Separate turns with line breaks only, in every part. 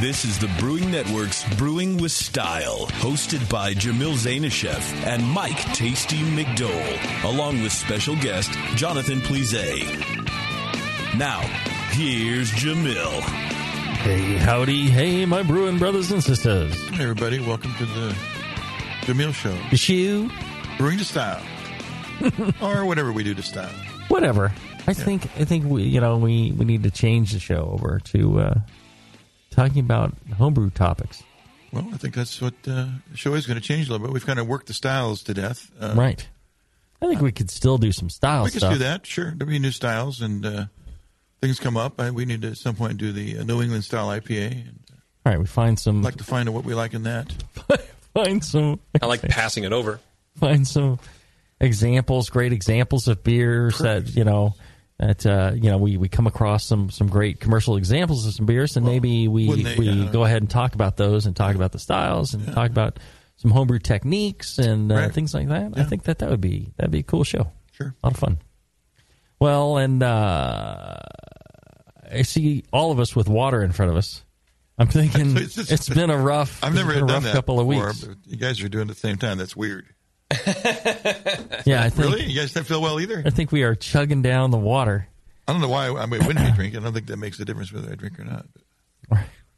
This is the Brewing Network's Brewing with Style, hosted by Jamil Zainashev and Mike Tasty McDowell, along with special guest Jonathan Plise. Now, here's Jamil.
Hey, howdy, hey, my brewing brothers and sisters.
Hey everybody, welcome to the Jamil Show.
Shoe,
Brewing to style. or whatever we do to style.
whatever. I think I think we you know we we need to change the show over to uh, talking about homebrew topics.
Well, I think that's what uh, the show is going to change a little bit. We've kind of worked the styles to death. Uh,
Right. I think we could still do some style
We can
stuff.
do that, sure. There'll be new styles and uh, things come up. I, we need to at some point do the uh, New England style IPA. And
All right, we find some
I'd like to find out what we like in that.
find some
I like passing it over.
find some examples, great examples of beers that you know that uh, you know we, we come across some some great commercial examples of some beers, and maybe we
wouldn't they,
we
uh,
go ahead and talk about those and talk about the styles and talk about some homebrew techniques and uh,
Right.
things like that. I
Yeah.
think that that would be that'd be a cool show.
Sure.
a lot of fun. Well, and uh, I see all of us with water in front of us. I'm thinking
It's just-
it's been a rough.
I've never
it's been
done
a rough
that
couple of
before,
weeks.
but You guys are doing it at the same time. That's weird.
Yeah, I think
Really? You guys don't feel well either?
I think we are chugging down the water.
I don't know why I, I mean, wouldn't be drinking. I don't think that makes a difference whether I drink or not.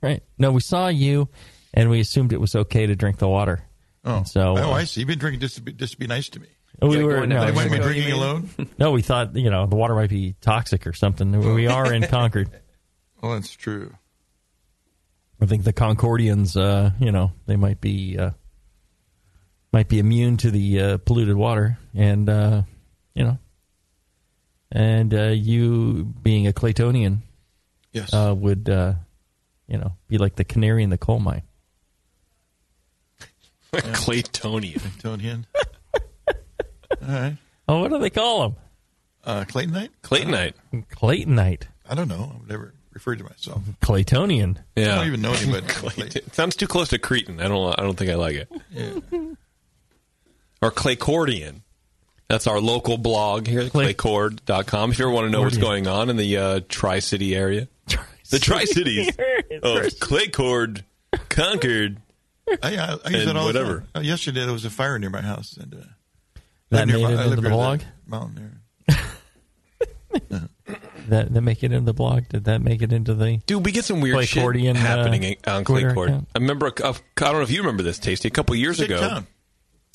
Right. No, we saw you, and we assumed it was okay to drink the water.
Oh,
And so uh, Oh,
oh, I see. You've been drinking just to be, just to be nice to me.
we
Like
were
going
no,
down
I
the
we
might
Is
be
that
were-
what you
drinking
mean?
alone.
no, we thought you know the water might be toxic or something. We- We are in Concord.
Well, that's true.
I think the Concordians, uh, you know, they might be uh, might be immune to the uh, polluted water, and uh, you know, and uh, you being a Claytonian
Yes.
uh, would uh, you know be like the canary in the coal mine.
Claytonian.
Tone Hen. All right.
Oh, what do they call
Uh, Claytonite?
Claytonite.
them? Claytonite,
I don't know. I've never referred to myself.
Claytonian.
Yeah.
I don't even know anybody. Clayton.
It sounds too close to Cretan. I don't. I don't think I like it. Or Claycordian. That's our local blog here,
Clay-
claycord.com. If you ever want to know what's
Cordian.
going on in the uh, Tri City area, the Tri Cities of Claycord, Concord.
I, I, I use
And
that all
whatever.
The time. Uh, yesterday there was a fire near my house, and uh,
That
near
made
my-
it
I
into
live
the
near
blog.
mountain there.
That that make it into the blog. Did that make it into the?
Dude, we get some weird shit
Claycordian, uh,
happening on
Twitter
Claycord.
account.
I remember, a, a, I don't know if you remember this, Tasty, a couple years
Big
ago.
town.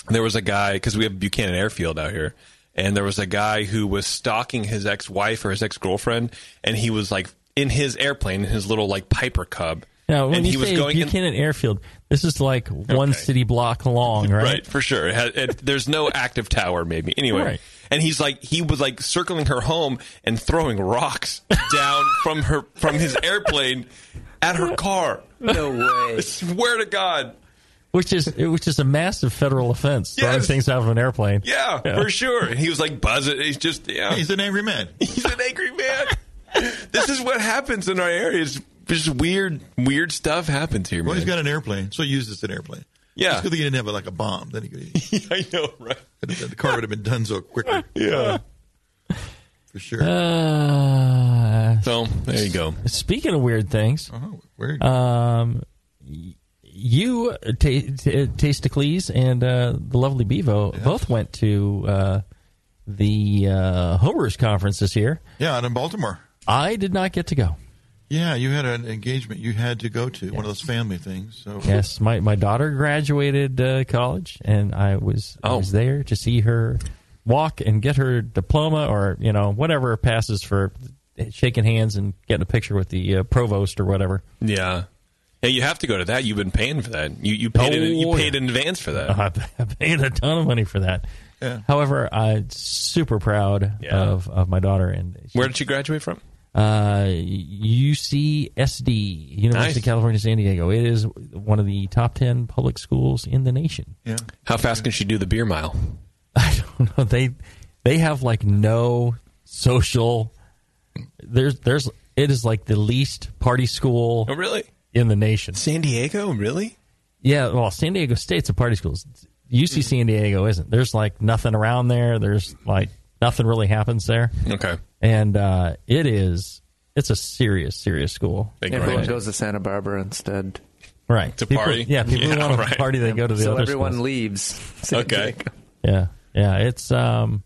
there was a guy because we have Buchanan Airfield out here, and there was a guy who was stalking his ex wife or his ex girlfriend, and he was like in his airplane in his little like Piper Cub.
No, when
and
you
he was
say
going in-
Buchanan Airfield, this is like one
Okay.
city block long, right?
Right, for sure. It had- it- there's no active tower, maybe. Anyway,
Right.
and he's like, he was like circling her home and throwing rocks down from her from his airplane at her car.
No way.
I swear to God,
Which is which is a massive federal offense throwing
Yes.
things out of an airplane.
yeah, for sure. And he was like buzzing. He's just yeah,
He's an angry man.
He's an angry man. this is what happens in our areas. Just weird, weird stuff happens here, man.
Well, he's got an airplane, so he used this an airplane.
Yeah.
It's good that he didn't have like a bomb. Then he could, he
I know, right?
could have, the car would have been done so quicker.
Yeah.
for sure.
Uh,
So there you go.
speaking of weird things,
oh, weird.
um, y- you uh, Ta- Ta- Tastacles and uh, the lovely Bevo both went to uh, the uh, homebrewers conference this year.
yeah, out in Baltimore.
I did not get to go.
Yeah, you had an engagement you had to go to one of those family things. So
Yes, my, my daughter graduated uh, college, and I was I
Oh.
was there to see her walk and get her diploma, or you know whatever passes for shaking hands and getting a picture with the uh, provost or whatever.
Yeah. Hey, you have to go to that. You've been paying for that. You you paid in, you
Oh,
paid
yeah.
in advance for that.
I paid a ton of money for that.
Yeah.
However, I'm super proud
Yeah.
of, of my daughter and she-
Where did you graduate from?
uh, UCSD, University
Nice.
of California, San Diego. It is one of the top ten public schools in the nation.
yeah,
How fast can she do the beer mile?
I don't know. They they have like no social. There's there's it is like the least party school
Oh, really?
in the nation.
San Diego, really?
Yeah, well, San Diego State's a party school.
Mm-hmm.
UC San Diego isn't. There's like nothing around there. There's like nothing really happens there,
Okay.
and uh, it is it's a serious, serious school.
Big
Everyone
ranch.
goes to Santa Barbara instead.
Right.
To
people,
party.
Yeah, people
Yeah,
who want
right.
to party, they go to the
so
other
everyone
schools.
leaves. San
Okay.
Diego.
Yeah, yeah. It's um,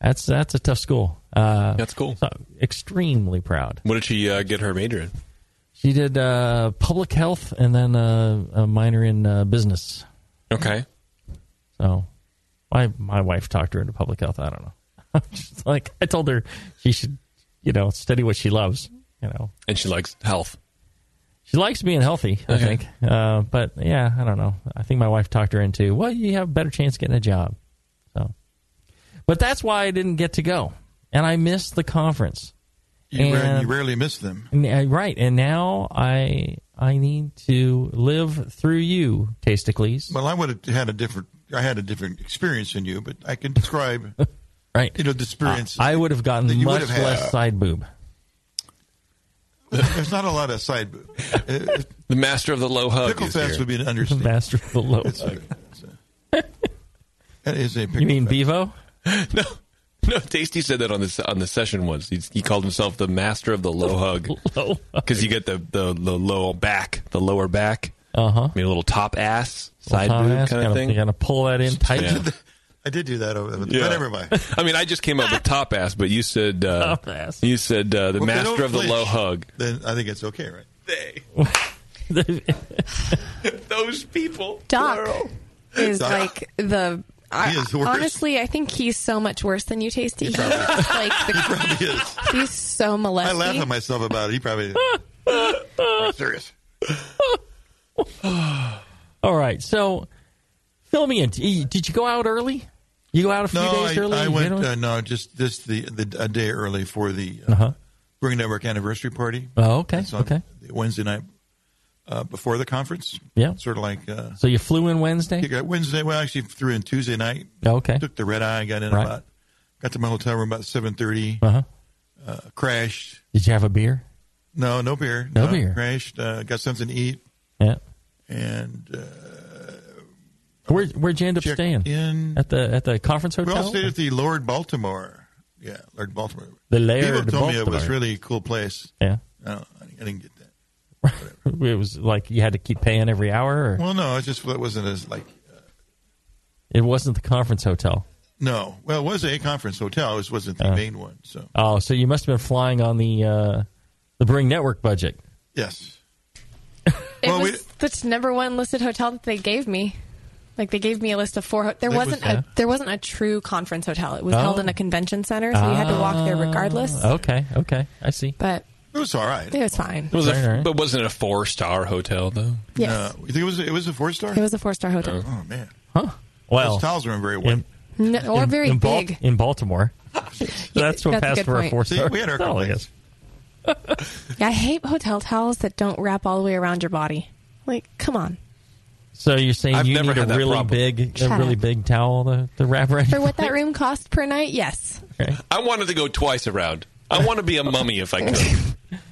that's that's a tough school. Uh,
That's cool.
so extremely proud.
What did she uh, get her major in?
She did uh, public health and then uh, a minor in uh, business.
Okay.
So my my wife talked her into public health. I don't know. I'm just like I told her she should, you know, study what she loves. You know,
And she likes health.
she likes being healthy. I
Okay.
think, uh, but yeah, I don't know. I think my wife talked her into well, you have a better chance of getting a job. So, but that's why I didn't get to go, and I missed the conference.
You, rare,
And-
you rarely miss them.
N- uh, Right, and now I I need to live through you, Tastacles.
Well, I would have had a different. I had a different experience than you, but I can describe,
Right,
you know, the experience.
I would have
that
gotten
you
much
would have had.
less side boob.
There's not a lot of side. Uh,
The master of the low hug.
pickle
is
fest
here.
would be an understatement.
Master of the low.
It's a- it's a- That is a pickle
You mean
fest.
Bevo?
no, no. Tasty said that on this on the session once. He, he called himself the master of the low hug
Low.
because you get the, the the low back, the lower back,
Uh huh.
maybe a little top ass, side boob kind of
You
thing.
gotta pull that in tight.
Yeah.
I did do that over there, but
Yeah.
never mind.
I mean, I just came up with top ass, but you said uh,
Top ass.
You said uh, the
Well, if they
master
don't
of the
flinch,
low hug.
Then I think it's okay, right?
Those people.
Doc is
Doc.
like the. I,
He is the worst.
honestly, I think he's so much worse than you, Tasty. He's like the,
He is.
he's so molesty.
I laugh at myself about it. He probably. I'm serious.
All right, so fill me in. E- Did you go out early? You go out a few
No,
days
I,
early.
I
You
went.
know?
Uh, no, just just the, the a day early for the uh, Brewing Network anniversary party.
oh, Uh-huh. okay,
It's on
okay.
the Wednesday night uh, before the conference.
Yeah.
Sort of like uh,
So you flew in
you
Wednesday.
got Wednesday. Well, actually, threw in Tuesday night.
Okay.
Took the red eye. Got in
Right.
about. Got to my hotel room about seven thirty.
Uh huh.
Uh, crashed.
Did you have a beer?
No, no beer.
No beer.
Crashed. Uh, got something to eat
Yeah.
Uh, and uh,
Where Where'd you end up
checked
staying?
in.
At the at the conference
We
hotel.
all stayed at the Lord Baltimore. Yeah, Lord Baltimore.
The Laird
People told me it was
Baltimore.
really a cool place.
yeah.
No, I I didn't get that.
It was like you had to keep paying every hour. Or
Well, no, it just it wasn't as like
It wasn't the conference hotel.
no. Well, it was a conference hotel. It just wasn't the main one. So
Oh, so you must have been flying on the uh, the Bring Network budget.
yes,
It
Well,
was
we-
the number one listed hotel that they gave me. Like they gave me a list of four. ho- There
That was-
wasn't
Yeah.
a there wasn't a true conference hotel. It was
Oh. Ah.
held in a convention center, so you had to walk there regardless.
Okay, okay, I see.
But
it was all right.
it was fine.
It was
Right,
a,
right.
but wasn't it a four star hotel though?
Yes,
Uh, you think it was it was a four star?
it was a four star hotel,
oh man,
Well,
those towels weren't very
in,
wet.
no, or
in-
very
in Bal-
big.
in Baltimore.
Yeah,
that's what
that's a
passed
good
for a
point.
four
See,
star.
we had our
hotel, I
complaints.
guess.
I hate hotel towels that don't wrap all the way around your body. Like, come on.
So you're saying
I've
you
never
need a
had that
really
problem.
big, a
Shut
really
up.
big towel to, to wrap around.
For what that room cost per night, yes.
I wanted to go twice around. I want to be a mummy if I could.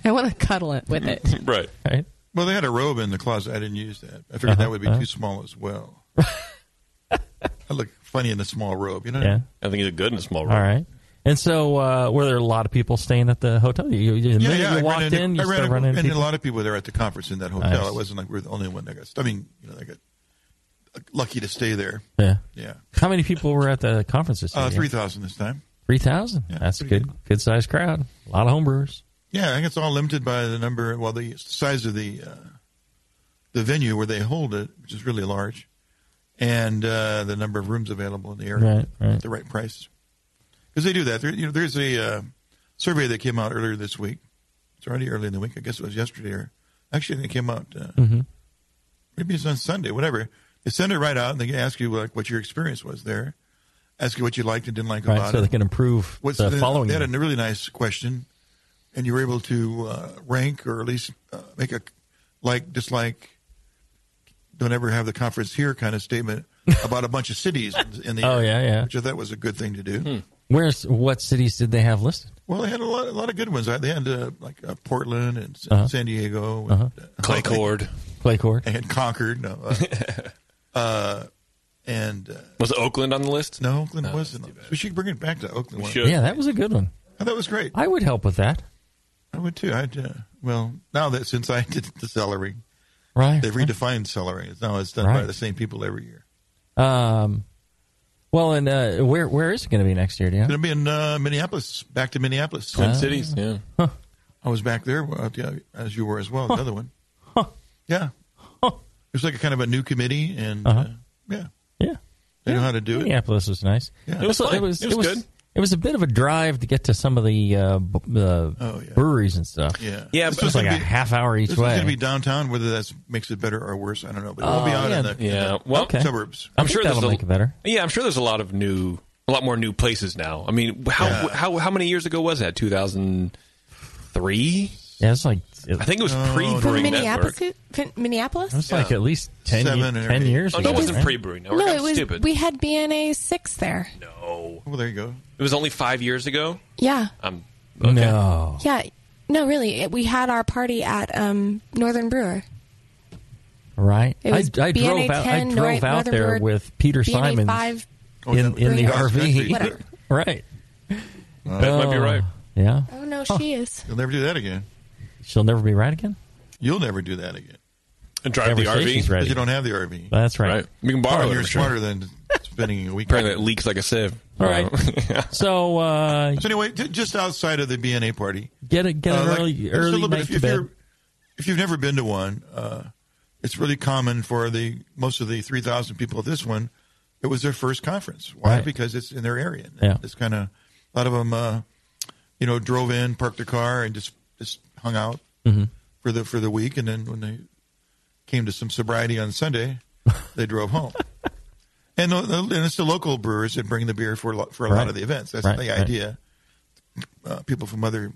I want to cuddle it with it.
right.
Right?
Well, they had a robe in the closet. I didn't use that. I figured that would be
Uh-huh.
too small as well. I look funny in a small robe, you know.
Yeah.
I think he's a good in a small room.
All right. And so, uh, were there a lot of people staying at the hotel? You, you, the
Yeah,
minute
yeah.
you
I
walked
ran into,
in, you
I ran
started
into-
running
and
into people.
a lot of people there at the conference in that hotel.
Nice.
It wasn't like we were the only one that got. I mean, you know, they got lucky to stay there.
yeah.
Yeah,
How many people were at the conference this year?
uh, three thousand this time.
Three thousand.
Yeah,
That's a
pretty
good, good sized crowd. A lot of homebrewers.
Yeah, I think it's all limited by the number, well, the size of the uh, the venue where they hold it, which is really large, and uh, the number of rooms available in the area
Right, right.
at the right price. Because they do that. There, you know, there's a uh, survey that came out earlier this week. It's already early in the week. I guess it was yesterday, or actually, I think it came out. Uh,
Mm-hmm.
Maybe it's on Sunday. Whatever. They send it right out, and they ask you like what your experience was there, ask you what you liked and didn't like
Right,
about
so
it.
they can improve
What's
the
the-
following
They
year.
had a really nice question, and you were able to uh, rank or at least uh, make a like dislike. Don't ever have the conference here kind of statement about a bunch of cities in- in the
Oh,
area,
yeah, yeah.
which I thought was a good thing to do.
Where's what cities did they have listed?
Well, they had a lot, a lot of good ones. They had uh, like uh, Portland and S-
Uh-huh.
San Diego, and, uh,
Clay Cord.
Clay Court.
They had Concord, no, uh, uh, and uh,
Was Oakland on the list?
no, Oakland wasn't. on this. We should bring it back to Oakland. one.
should.
Yeah, that was a good one.
I thought it was great.
I would help with that.
I would too. I'd uh, well now that since I did the celery,
Right.
they've redefined celery. It's Now it's done by
Right.
the same people every year.
Um, well, and uh, where where is it going to be next year? Do you know?
It'll be in uh, Minneapolis. Back to Minneapolis.
Twin Cities, yeah.
I was back there uh, yeah, as you were as well. Another one.
Huh.
Yeah.
Huh.
It's like a kind of a new committee, and uh
Uh-huh.
yeah,
Yeah.
they know how to do it.
Minneapolis was nice.
Yeah.
It was fine. It was good.
It was a bit of a drive to get to some of the uh, b- the
Oh, yeah.
breweries and stuff.
Yeah.
Yeah,
This
but-
It's
was
like a
gonna be-
half hour each
This
way.
is going to be downtown. Whether that makes it better or worse, I don't know. But we'll be
Oh,
out
yeah. Oh.
in the, in the
Yeah, well- Okay.
suburbs.
I
I'm
think
sure
that'll
there's a-
make it better.
Yeah, I'm sure there's a lot of new, a lot more new places now. I mean, how
Yeah.
how how many years ago was that? 2003?
Yeah, it's like it,
I think it was
No, no.
From
pre-brewing network.
Minneapolis? Fin- Minneapolis?
it was like at least ten,
Seven
ye-
or
10
eight.
years.
Oh,
ago,
no, it wasn't
right?
pre-brewing network.
No,
I'm
it was.
stupid.
We had BNA six there.
no,
Well, there you go.
it was only five years ago. Um,
Yeah,
I'm okay.
No,
yeah. No, really. It, we had our party at um, Northern Brewer.
right?
It was
I, I drove
BNA
out. I
10,
drove
North-
out
Northern
there
Road,
with Peter
BNA
Simons
five.
Oh,
in
that-
in the
Green Cross
RV.
Country.
right.
That might be right.
Yeah,
Oh no, she is.
You'll never do that again.
she'll never be right again.
You'll never do that again.
And drive
Every
the
station's
RV.
ready.
Because you don't have the RV.
That's right.
Right. We can borrow
Oh,
it.
you're
I'm sure.
smarter than spending a week.
Apparently, it leaks like a sieve.
All right. So uh,
So anyway, j- just outside of the BNA party,
get a get
uh,
an
like,
early
just a
early
little bit-
night
if,
to
if
bed.
you're- if you've never been to one, uh, it's really common for the most of the three thousand people at this one. It was their first conference. Why?
Right.
Because it's in their area.
Yeah.
It's kind of a lot of them, uh, you know, drove in, parked their car, and just just hung out
Mm-hmm.
for the for the week, and then when they came to some sobriety on Sunday, they drove home. And, the- the- and it's the local brewers that bring the beer for a lot, for a
Right.
lot of the events. That's
Right,
the
right.
idea. Uh, people from other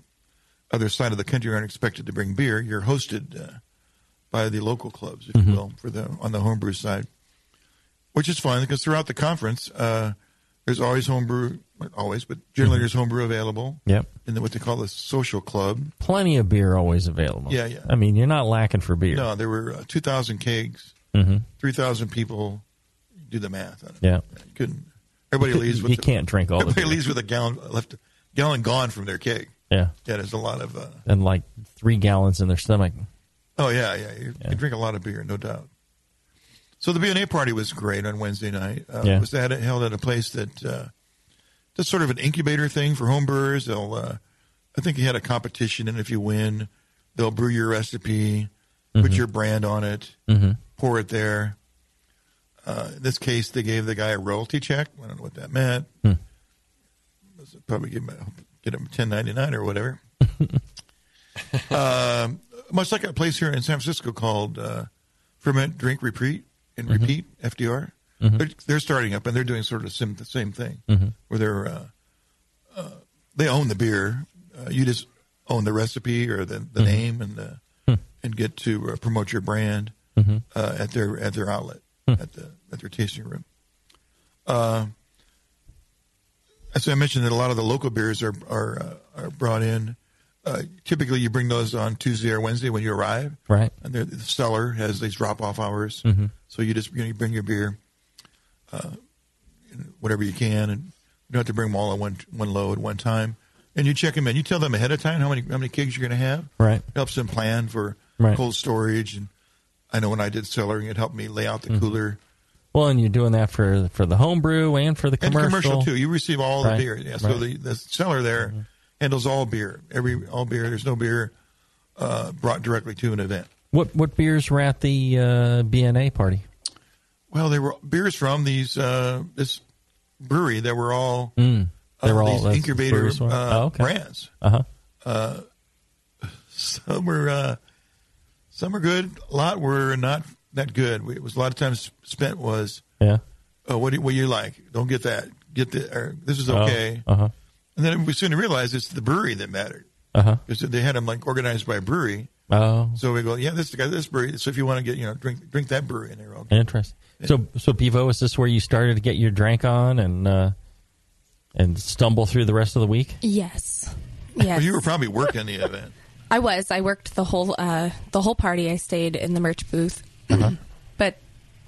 other side of the country aren't expected to bring beer. You're hosted uh, by the local clubs, if
Mm-hmm.
you will, for the on the homebrew side, which is fun because throughout the conference, uh, there's always homebrew, not always, but generally
Mm-hmm.
there's homebrew available.
Yep.
In the, what they call the social club.
Plenty of beer always available.
Yeah, yeah.
I mean, you're not lacking for beer. Mm-hmm.
No, there were uh, 2,000 kegs, 3,000 people. Do the math. on it.
Yeah.
You couldn't. Everybody leaves with
you
the-
can't drink all the
Everybody
beer.
leaves with a gallon left, gallon gone from their keg.
Yeah,
Yeah, there's a lot of. Uh,
and like three gallons in their stomach.
oh yeah, yeah, you, you drink a lot of beer, no doubt. So the B and A party was great on Wednesday night. Uh,
Yeah.
It was at, held at a place that uh, just sort of an incubator thing for home brewers. They'll, uh, I think, you had a competition, and if you win, they'll brew your recipe, put your brand on it, pour it there. Uh, in this case, they gave the guy a royalty check. I don't know what that meant. Was it Probably give him a- get him ten ninety nine or whatever. um, much like a place here in San Francisco called uh, Ferment, Drink, Repeat, and Repeat FDR. They're, they're starting up and they're doing sort of sim- the same thing where they're uh, they own the beer. Uh, you just own the recipe or the, the name and the, and get to uh, promote your brand uh, at their at their outlet at the at their tasting room. Uh, as I mentioned, that a lot of the local beers are are, uh, are brought in. Uh, typically, you bring those on Tuesday or Wednesday when you arrive,
Right.
and they're- the seller has these drop off hours,
Mm-hmm.
so you just you, know, you bring your beer, uh, whatever you can, and you don't have to bring them all in one one load at one time. And you check them in. You tell them ahead of time how many how many kegs you're going to have.
Right.
helps them plan for
Right.
cold storage. And I know when I did cellaring, it helped me lay out the
Mm-hmm.
cooler
Well, and you're doing that for for the homebrew and for the
and
commercial.
commercial too. You receive all
Right.
the beer. Yeah. So
Right. Mm-hmm.
the, the seller there handles all beer. Every all beer. There's no beer uh, brought directly to an event.
What what beers were at the uh, BNA party?
Well, they were beers from these uh, this brewery that were all
Mm. Hmm. They were
uh,
all-
these
that's
incubator
breweries
uh,
were- oh, okay.
brands.
Uh huh.
Some were uh, some were good. A lot were not that good. It was a lot of times spent was
Yeah.
oh, what do you, what do you like? Don't get that. Get the or, this is okay.
Uh huh.
And then we soon realized it's the brewery that mattered
Uh huh.
because they had them like organized by brewery.
Oh,
So we go, yeah, this guy, this brewery. So if you want to get, you know, drink drink that brewery, and they're okay.
interesting. So so Pivo, is this where you started to get your drink on and uh, and stumble through the rest of the week?
Yes. Yes.
Well, you were probably working the event.
I was. I worked the whole uh, the whole party. I stayed in the merch booth, but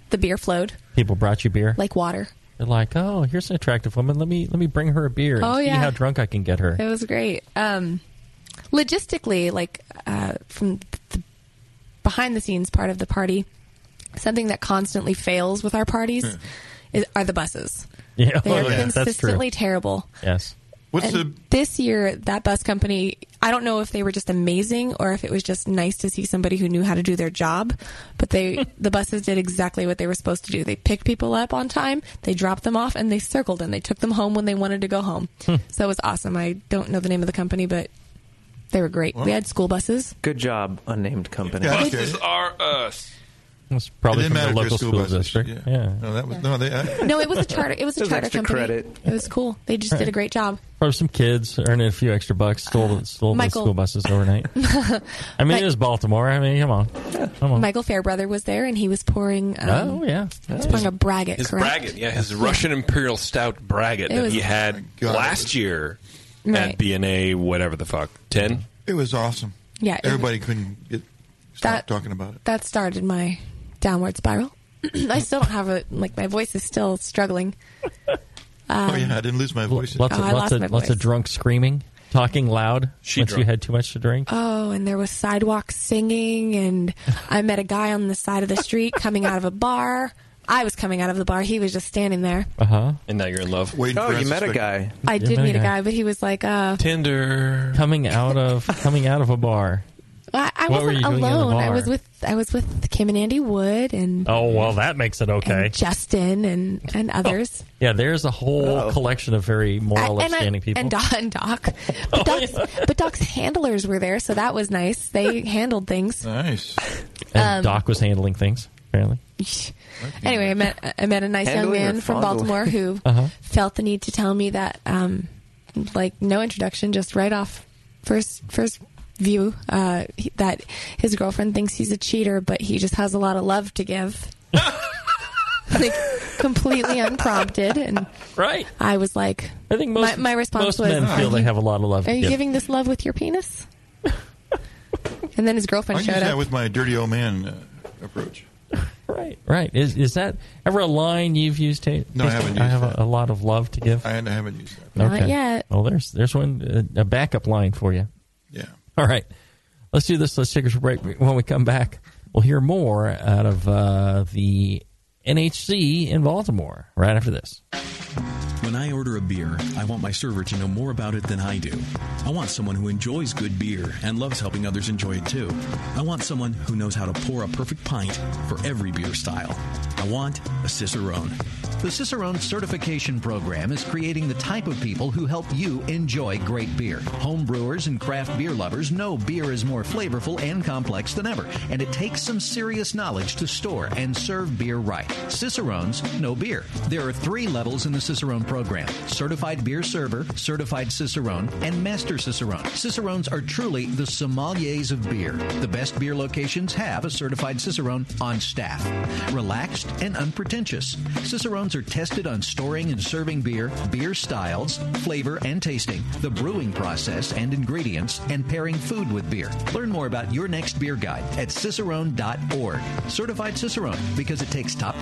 the beer flowed
People brought you beer.
like water.
They're like, oh, here's an attractive woman. Let me let me bring her a beer and
Oh,
see
yeah.
how drunk I can get her.
It was great. Um, logistically, like uh, from the behind the scenes part of the party, something that constantly fails with our parties is, are the buses.
Yeah,
They
Hmm. oh,
are
yeah, that's true.
consistently terrible.
Yes.
What's
And
the
this year, that bus company, I don't know if they were just amazing or if it was just nice to see somebody who knew how to do their job, but they the buses did exactly what they were supposed to do. They picked people up on time, they dropped them off, and they circled and they took them home when they wanted to go home. so it was awesome. I don't know the name of the company, but they were great. we had school buses.
Good job, unnamed company.
Yeah.
Buses are
uh,
us.
That's
it
probably
didn't
from
matter
the
if you're a
local
school,
school,
bus district.
district.
Yeah.
Yeah.
No, that was no. They, I,
No, it was a charter. It was a
There's
charter
extra
company.
credit.
It was cool. They just did a great job.
Probably some kids earning a few extra bucks, stole, stole the
Michael.
school buses overnight. I mean,
Mi-
it is Baltimore. I mean, come on. Come on.
Michael Fairbrother was there, and he was pouring. Um,
oh, yeah.
he was pouring a braggot.
His
correct?
braggot, yeah, his Russian Imperial Stout braggot
It
that
was- Oh
he had
God.
last year
Right.
at BNA, whatever the fuck, ten.
it was awesome.
Yeah, it-
everybody couldn't get stop
That-
talking about it.
that started my downward spiral. I still don't have a like. My voice is still struggling. um,
oh yeah, I didn't lose my voice.
Lots,
Oh, I
of, lots,
lost my
of, lots
voice.
of drunk screaming, talking loud
She
once you
drunk.
had too much to drink.
Oh, and there was sidewalk singing, and I met a guy on the side of the street coming out of a bar. I was coming out of the bar. He was just standing there.
Uh huh.
And now you're in love.
Waiting
Oh,
for us
you
to
met a
speak.
guy.
I did
met a
meet a
guy.
guy, but he was like, uh,
Tinder.
Coming out of coming out of a bar.
I, I
What were
wasn't
you doing in the
alone. I
bar?
was with I was with Kim and Andy Wood and,
Oh well, that makes it okay. Oh.
and Justin and and others.
Yeah, there's a whole
Oh.
collection of very moral,
I-
upstanding people.
And, Doc, and Doc. But, Doc's, but Doc's handlers were there, so that was nice. They handled things.
Nice.
And
um,
Doc was handling things apparently.
anyway, I met I met a nice young
Handling or
man from
fondling?
Baltimore who
Uh-huh.
felt the need to tell me that, um, like, no introduction, just right off first first view, uh, he, that his girlfriend thinks he's a cheater, but he just has a lot of love to give. like completely unprompted, and
Right.
I was like,
I think most
my, my response
most
was,
men feel
"Are
they
you-
have a lot of love.
Are
to
you
give.
giving this love with your penis? and then his
I
girlfriend
use
showed
that
up.
with my dirty old man uh, approach.
Right. Right. Is is that ever a line you've used? To,
No, I haven't
I
used
have
that.
a, a lot of love to give.
I, I haven't used that.
Not yet.
Well, there's there's one uh, a backup line for you.
Yeah.
All right. Let's do this. Let's take a break. When we come back, we'll hear more out of uh, the NHC in Baltimore right after this.
When I order a beer, I want my server to know more about it than I do. I want someone who enjoys good beer and loves helping others enjoy it too. I want someone who knows how to pour a perfect pint for every beer style. I want a Cicerone.
The Cicerone Certification Program is creating the type of people who help you enjoy great beer. Home brewers and craft beer lovers know beer is more flavorful and complex than ever, and it takes some serious knowledge to store and serve beer right. Cicerones know beer. There are three levels in the Cicerone program certified beer server, certified Cicerone, and master Cicerone. Cicerones are truly the sommeliers of beer. The best beer locations have a certified Cicerone on staff. Relaxed and unpretentious, Cicerones are tested on storing and serving beer, beer styles, flavor and tasting, the brewing process and ingredients, and pairing food with beer. Learn more about your next beer guide at cicerone.org. Certified Cicerone because it takes top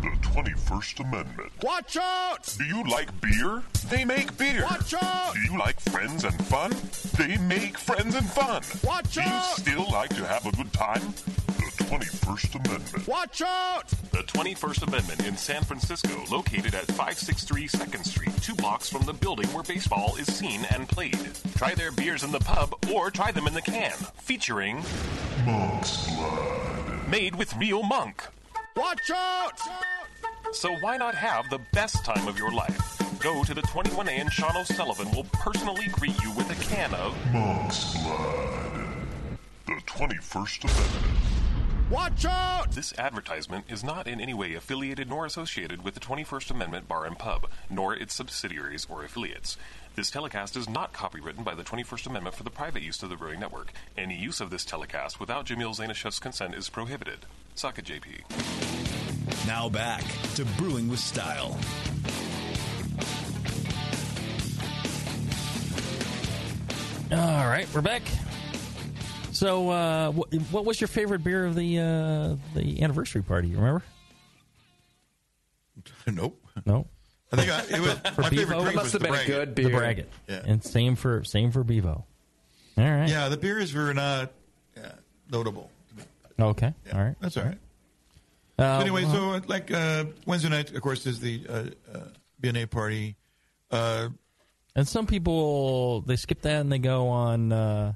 The 21st Amendment.
Watch out!
Do you like beer? They make beer.
Watch out!
Do you like friends and fun? They make friends and fun.
Watch
Do you
out!
still like to have a good time? The 21st Amendment.
Watch out!
The 21st Amendment in San Francisco, located at 563 2nd Street, two blocks from the building where baseball is seen and played. Try their beers in the pub or try them in the can, featuring
Monk's Blood.
Made with real monk.
Watch out!
So why not have the best time of your life? Go to the 21A and Sean O'Sullivan will personally greet you with a can of
Monk's Blood. The 21st Amendment.
Watch out!
This advertisement is not in any way affiliated nor associated with the 21st Amendment Bar and Pub, nor its subsidiaries or affiliates. This telecast is not copywritten by the 21st Amendment for the private use of the Brewing Network. Any use of this telecast without Jamil Zainashev's consent is prohibited. Suck it, JP.
Now back to Brewing with Style.
All right, we're back. So, uh, what, what was your favorite beer of the uh, the anniversary party? You remember?
Nope.
No.
I think I, it was
For
my favorite
Bevo,
drink was the Braggot.
The Braggot.
Yeah.
And same for same for Bevo. All right.
Yeah, the beers were not yeah, notable.
Okay. All right.
That's all right.
Uh,
so anyway,
well,
so uh, like uh, Wednesday night, of course, is the uh, uh, BNA party. Uh,
and some people they skip that and they go on. Uh,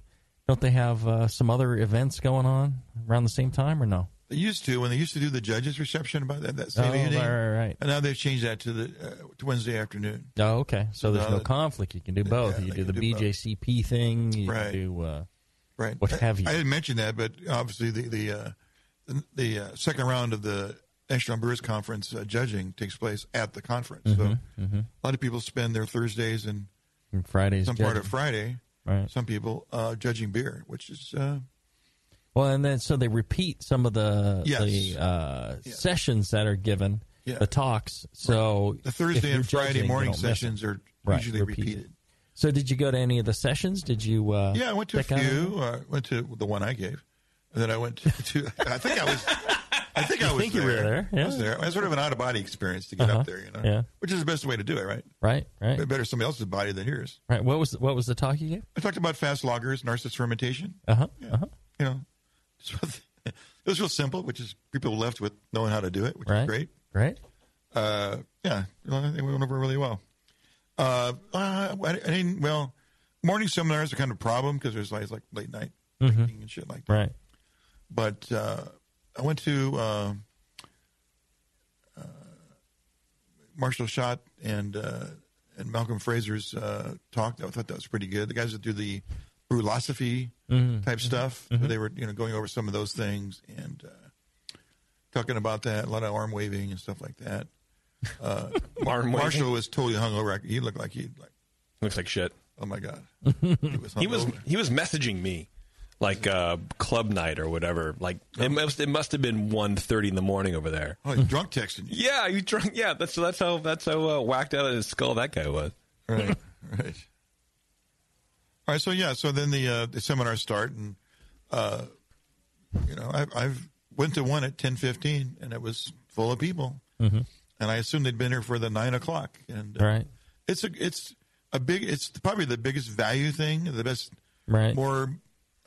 don't they have uh, some other events going on around the same time or no?
they used to when they used to do the judges' reception about that that same
Oh,
evening,
right, right, right.
and now they've changed that to the uh, to Wednesday afternoon.
Oh, okay. So there's
No,
no
that-
conflict. You can do both.
yeah,
you
they
do the
can do both.
BJCP thing. You
Right.
can do uh,
Right.
what
I-
have you.
I didn't mention that, but obviously the the uh, the, the uh, second round of the National Brewers Conference uh, judging takes place at the conference. So
Mm-hmm,
a lot of people spend their Thursdays and
And Fridays.
some part
judging.
of Friday.
Right.
Some people uh, judging beer, which is uh,
Well, and then so they repeat some of the
Yes.
the uh,
Yes.
sessions that are given,
Yeah.
the talks. So
the
if
Thursday
you're
and Friday
judging, you
morning
don't miss it.
sessions are
Right,
usually
repeated.
repeated.
So did you go to any of the sessions? Did you? Uh,
Yeah, I went to a
check out any?
few. I went to the one I gave, and then I went to. to I think I was. I think I was.
think you were there, yeah.
I was there. I was sort of an out of body experience to get
Uh-huh,
up there, you know.
yeah.
Which is the best way to do it, right?
Right, right,
Better somebody else's body than yours.
right. What was what was the talk you gave?
I talked about fast lagers, narcissist fermentation.
Uh huh.
Yeah.
Uh huh.
You know, it's- it was real simple, which is people left with knowing how to do it, which
Right.
is great.
Right.
Uh, yeah, you know, I think we went over really well. Uh, uh, I, I didn't. Well, morning seminars are kind of a problem because there's like, like late night
Mm-hmm.
drinking and shit like that.
Right.
but uh, I went to uh, uh, Marshall Schott and uh, and Malcolm Fraser's uh, talk. I thought that was pretty good. The guys that do the brewlosophy type stuff, they were you know going over some of those things and uh, talking about that. A lot of arm waving and stuff like that. Uh,
Arm waving?
Marshall was totally hungover. He looked like he like
Looks like shit.
oh my god. He was
He was
hungover.
he was messaging me like uh, club night or whatever. Like it must it must have been 1.30 in the morning over there.
oh, he drunk texting. you.
Yeah, you drunk. Yeah, that's that's how that's how uh, whacked out of his skull that guy was.
right, right. All right, so yeah, so then the uh, the seminars start, and uh, you know, I, I've went to one at ten fifteen, and it was full of people, mm-hmm. and I assumed they'd been here for the nine o'clock, and uh,
Right.
it's a it's a big, it's probably the biggest value thing, the best,
Right.
more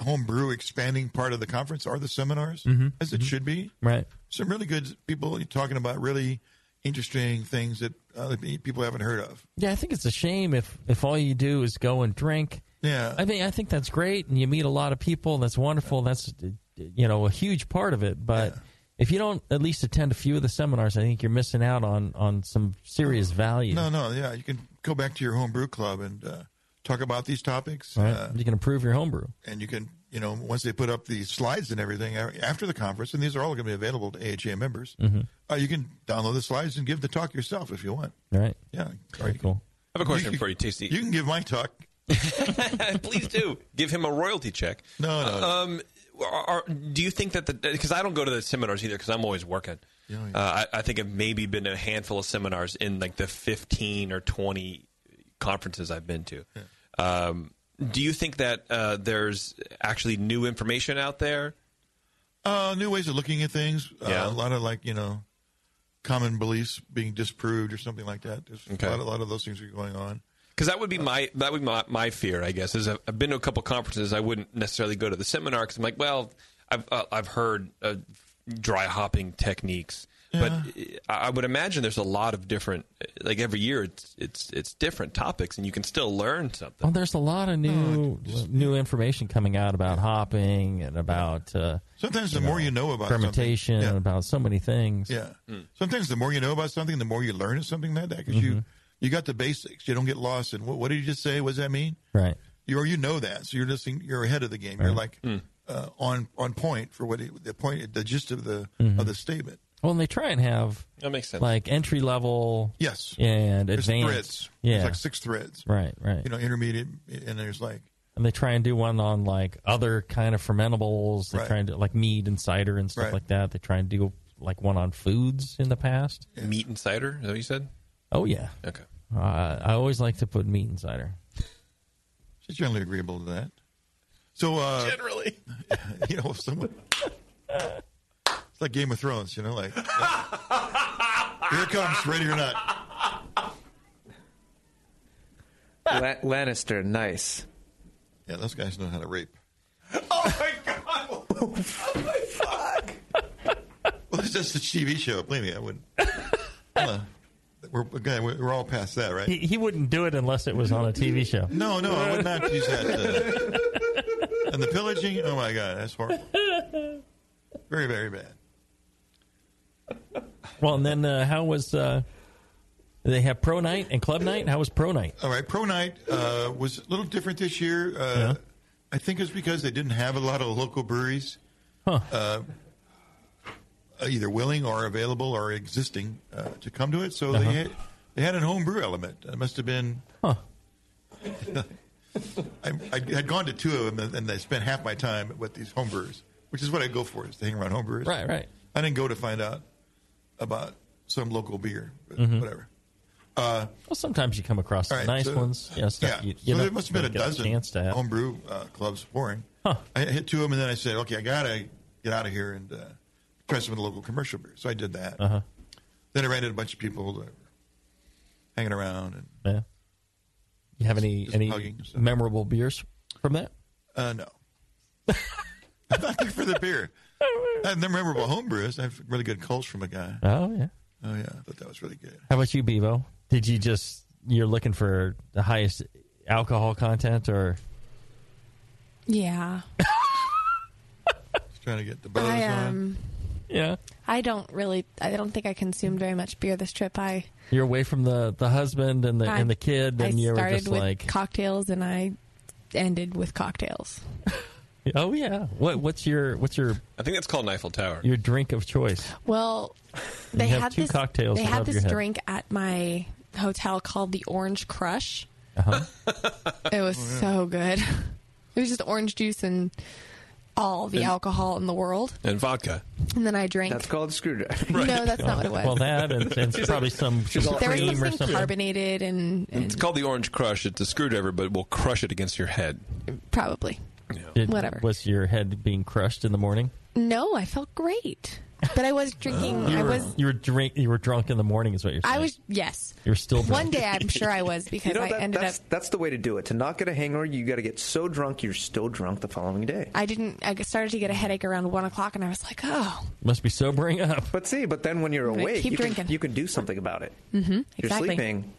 homebrew expanding part of the conference are the seminars,
Mm-hmm.
as it should be,
Right.
Some really good people talking about really interesting things that other people haven't heard of.
Yeah, I think it's a shame if if all you do is go and drink.
Yeah.
I mean, I think that's great, and you meet a lot of people. That's wonderful. That's you know a huge part of it. But if you don't at least attend a few of the seminars, I think you're missing out on on some serious value.
No, no, yeah, you can go back to your homebrew club and uh, talk about these topics,
right?
uh,
you can improve your homebrew.
and you can, you know, once they put up the slides and everything a- after the conference, and these are all going to be available to AHA members. Uh, you can download the slides and give the talk yourself if you want.
Right.
Yeah,
Very cool.
I have a question
You-
for you, Tasty.
You can give my talk.
Please do give him a royalty check.
No, no.
Um, are, are- do you think that the because I don't go to the seminars either because I'm always working.
Yeah, yeah.
Uh, I, I think I've maybe been to a handful of seminars in like the 15 or 20 conferences I've been to. Um, do you think that uh, there's actually new information out there?
Uh, new ways of looking at things. Uh,
Yeah.
A lot of like you know, common beliefs being disproved or something like that. There's
Okay.
a, lot, a lot of those things are going on.
Because that would be my that would be my, my fear, I guess. Is I've, I've been to a couple conferences. I wouldn't necessarily go to the seminar because I'm like, well, I've uh, I've heard uh, dry hopping techniques, but uh, I I would imagine there's a lot of different. uh, Like every year, it's it's it's different topics, and you can still learn something.
Well, Oh, there's a lot of new new information coming out about hopping and about uh,
Sometimes the more you know about something.
fermentation and about so many things.
Yeah. Sometimes the more you know about something, the more you learn of something like that because
Mm-hmm.
you you got the basics. You don't get lost in what, what did you just say? What does that mean?
Right.
You or you know that, so you're listening. You're ahead of the game. You're like uh, on on point for what it, the point, the gist of the
Mhm.
of the statement.
Well, and they try and have
That makes sense.
Like entry level,
Yes.
and
There's
advanced,
threads.
yeah,
There's like six threads.
right, right.
You know, intermediate, and there's like
and they try and do one on like other kind of fermentables. They
Right.
try and do like mead and cider and stuff
Right.
like that. They try and do like one on foods in the past.
Meat and cider. Is that what you said?
Oh yeah.
Okay.
Uh, I always like to put meat and cider.
She's generally agreeable to that. So uh, generally, you know, if someone it's like Game of Thrones, you know, like here it comes, ready or not.
La- Lannister, nice.
Yeah, those guys know how to rape. Oh, Well, it's just a TV show. Believe me, I wouldn't. Uh, we're, again, we're we're all past that, right?
He, he wouldn't do it unless it was on a TV show.
No, no, I would not use that. uh, and the pillaging, oh my god, that's horrible. Very, very bad.
Well, and then uh, how was uh, they have pro night and club night? How was pro night?
All right, Pro Night uh, was a little different this year. Uh, I think it's because they didn't have a lot of local breweries, uh, either willing or available or existing uh, to come to it. So
Uh-huh.
they had, they had an home brew element. It must have been. I, I had gone to two of them, and I spent half my time with these homebrewers, which is what I go for is to hang around homebrewers.
Right, right.
I didn't go to find out about some local beer, but
Mhm.
whatever. Uh,
Well, sometimes you come across some
all right,
nice
so-
ones. Yeah, stuff
yeah.
You, you
so there
don't
must have been a
really get
dozen
chance to have.
homebrew uh, clubs pouring. I hit two of them, and then I said, "Okay, I gotta get out of here and uh, try some of the local commercial beer." So I did that.
Uh-huh.
Then I ran into a bunch of people that were hanging around, and
Yeah. You have any
Just
any
hugging, so.
memorable beers from that?
uh, no, I'm not there for the beer. I have memorable homebrews. I have really good calls from a guy.
Oh yeah.
Oh yeah, I thought that was really good.
How about you, Bevo? Did you just you're looking for the highest alcohol content or
Yeah.
Just trying to get the buzz
I
on.
um
Yeah.
I don't really I don't think I consumed very much beer this trip. I
You're away from the the husband and the
I-
and the kid,
I
and you were
started
just
with
like,
cocktails and I ended with cocktails.
oh yeah. What what's your what's your
I think that's called an Eiffel Tower.
your drink of choice?
Well,
You
they
have
had
two
this,
cocktails
They
to
had
rub your
this
head.
drink at my hotel called the Orange Crush.
Uh-huh.
It was
Oh, yeah.
so good. It was just orange juice and all the
And-
alcohol in the world,
and vodka.
and then I drank.
That's called screwdriver.
No, that's not what it was.
Well, that and, and probably some
there was
cream or
something
something.
carbonated and,
It's
and
called the Orange Crush. It's a screwdriver, but it will crush it against your head.
probably.
Did-
Whatever.
Was your head being crushed in the morning?
No, I felt great, but I was drinking.
You
I
were,
was.
you were drink you were drunk in the morning is what you're saying.
I was yes.
you're still drunk.
One day, I'm sure I was because
You know,
I
that-
ended up.
that's, that's the way to do it. To not get a hangover, you got to get so drunk you're still drunk the following day.
I didn't. I started to get a headache around one o'clock, and I was like, "Oh,
Must be sobering up.
But see, but then when you're
I'm gonna
awake,
keep
you can,
drinking.
you can do something about it.
mm-hmm,
You're
exactly."
sleeping.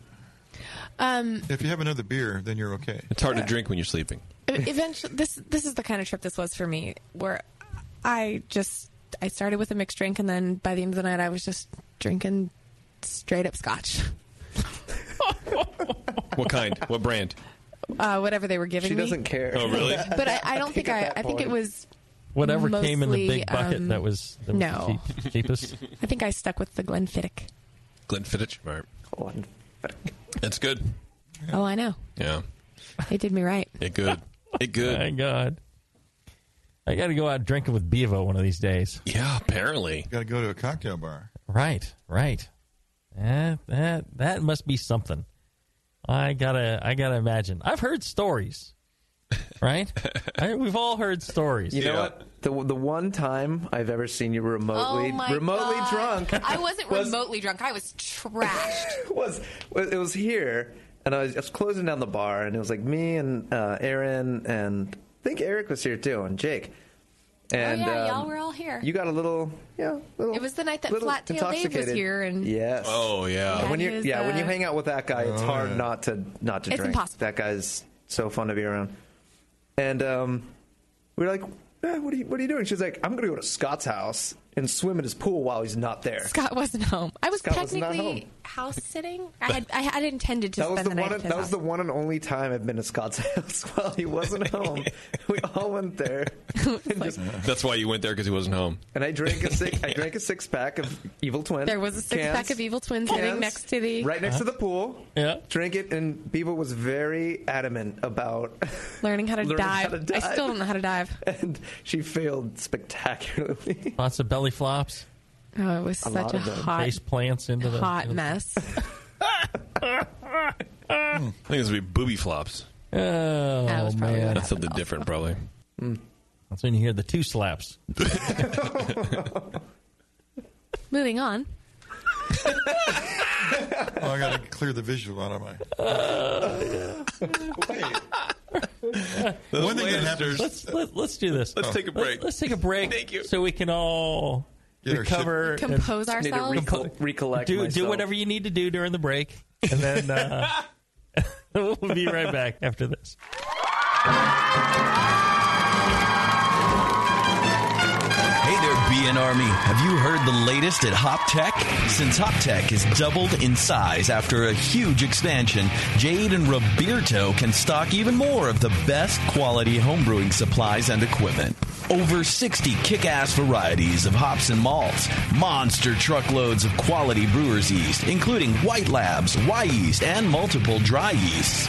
Um,
If you have another beer, then you're okay.
It's hard to drink when you're sleeping.
eventually, E-, this this is the kind of trip this was for me, where I just I started with a mixed drink, and then by the end of the night, I was just drinking straight up scotch,
What kind? What brand?
uh, whatever they were giving
She
me.
doesn't care.
Oh, really?
But I, I don't think I. I think it was.
Whatever came in the
mostly,
big bucket
um,
that was, that was
no.
the cheap, cheapest.
I think I stuck with the Glenfiddich.
Glenfiddich. All right.
Glenfiddich.
It's good.
Oh, I know.
Yeah.
They did me right.
It good. It good.
My God. I got to go out drinking with Bevo one of these days.
Yeah, apparently.
Got to go to a cocktail bar.
Right, right. That that that must be something. I gotta I gotta imagine. I've heard stories, right? I, we've all heard stories.
You know what? The, the one time I've ever seen you
Oh
remotely remotely drunk
I wasn't
was-
remotely drunk. I was trashed.
was it was here, and I was, I was closing down the bar, and it was like me and uh, Aaron, and I think Eric was here too, and Jake, And
oh yeah, y'all
um,
were all here.
You got a little, yeah, little.
it was the night that
little
Flat Tail Dave was
intoxicated.
here, and
yes,
Oh, yeah.
When
That
you
is,
yeah, when
uh,
you hang out with that guy, it's
Oh,
hard
yeah.
not to not to
It's
drink.
impossible.
That guy's so fun to be around. And um, we were like, eh, "What are you What are you doing?" She's like, "I'm going to go to Scott's house and swim in his pool while he's not there."
Scott wasn't home. I was
Scott was not
technically
home.
house sitting. I had I had intended to
that was
spend
the
the, night
one. And,
at his
that was
house.
the one and only time I've been to Scott's house while he wasn't home. we all went there.
That's why you went there because he wasn't home.
And I drank a six. I drank a six pack of Evil Twin.
There was a six
cans.
pack of Evil Twins sitting
Cans.
next to the
right next to the pool. Yeah, drank it, and Beaver was very adamant about
learning how to
learning
dive.
how to dive.
I still don't know how to dive.
and she failed spectacularly.
Lots of belly flops.
Oh, it was such a hot,
face plants into the
hot mess.
I think this would be booby flops.
Oh man,
That's something different, probably.
That's when you hear the two slaps.
Moving on.
Oh, I got to clear the visual out of my. One thing that happens.
Let's let, let's do this.
Let's take a break.
Let's, take a break. Thank you. So we can all
Get our shit-
recover, and-
Compose Just need to ourselves? recol-
recollect
Do do
myself.
whatever you need to do during the break, and then uh, we'll be right back after this.
Hey there, BN Army. Have you heard the latest at Hop Tech? Since Hop Tech has doubled in size after a huge expansion, Jade and Roberto can stock even more of the best quality homebrewing supplies and equipment. Over 60 kick ass varieties of hops and malts, monster truckloads of quality brewer's yeast, including White Labs, Y yeast, and multiple dry yeasts.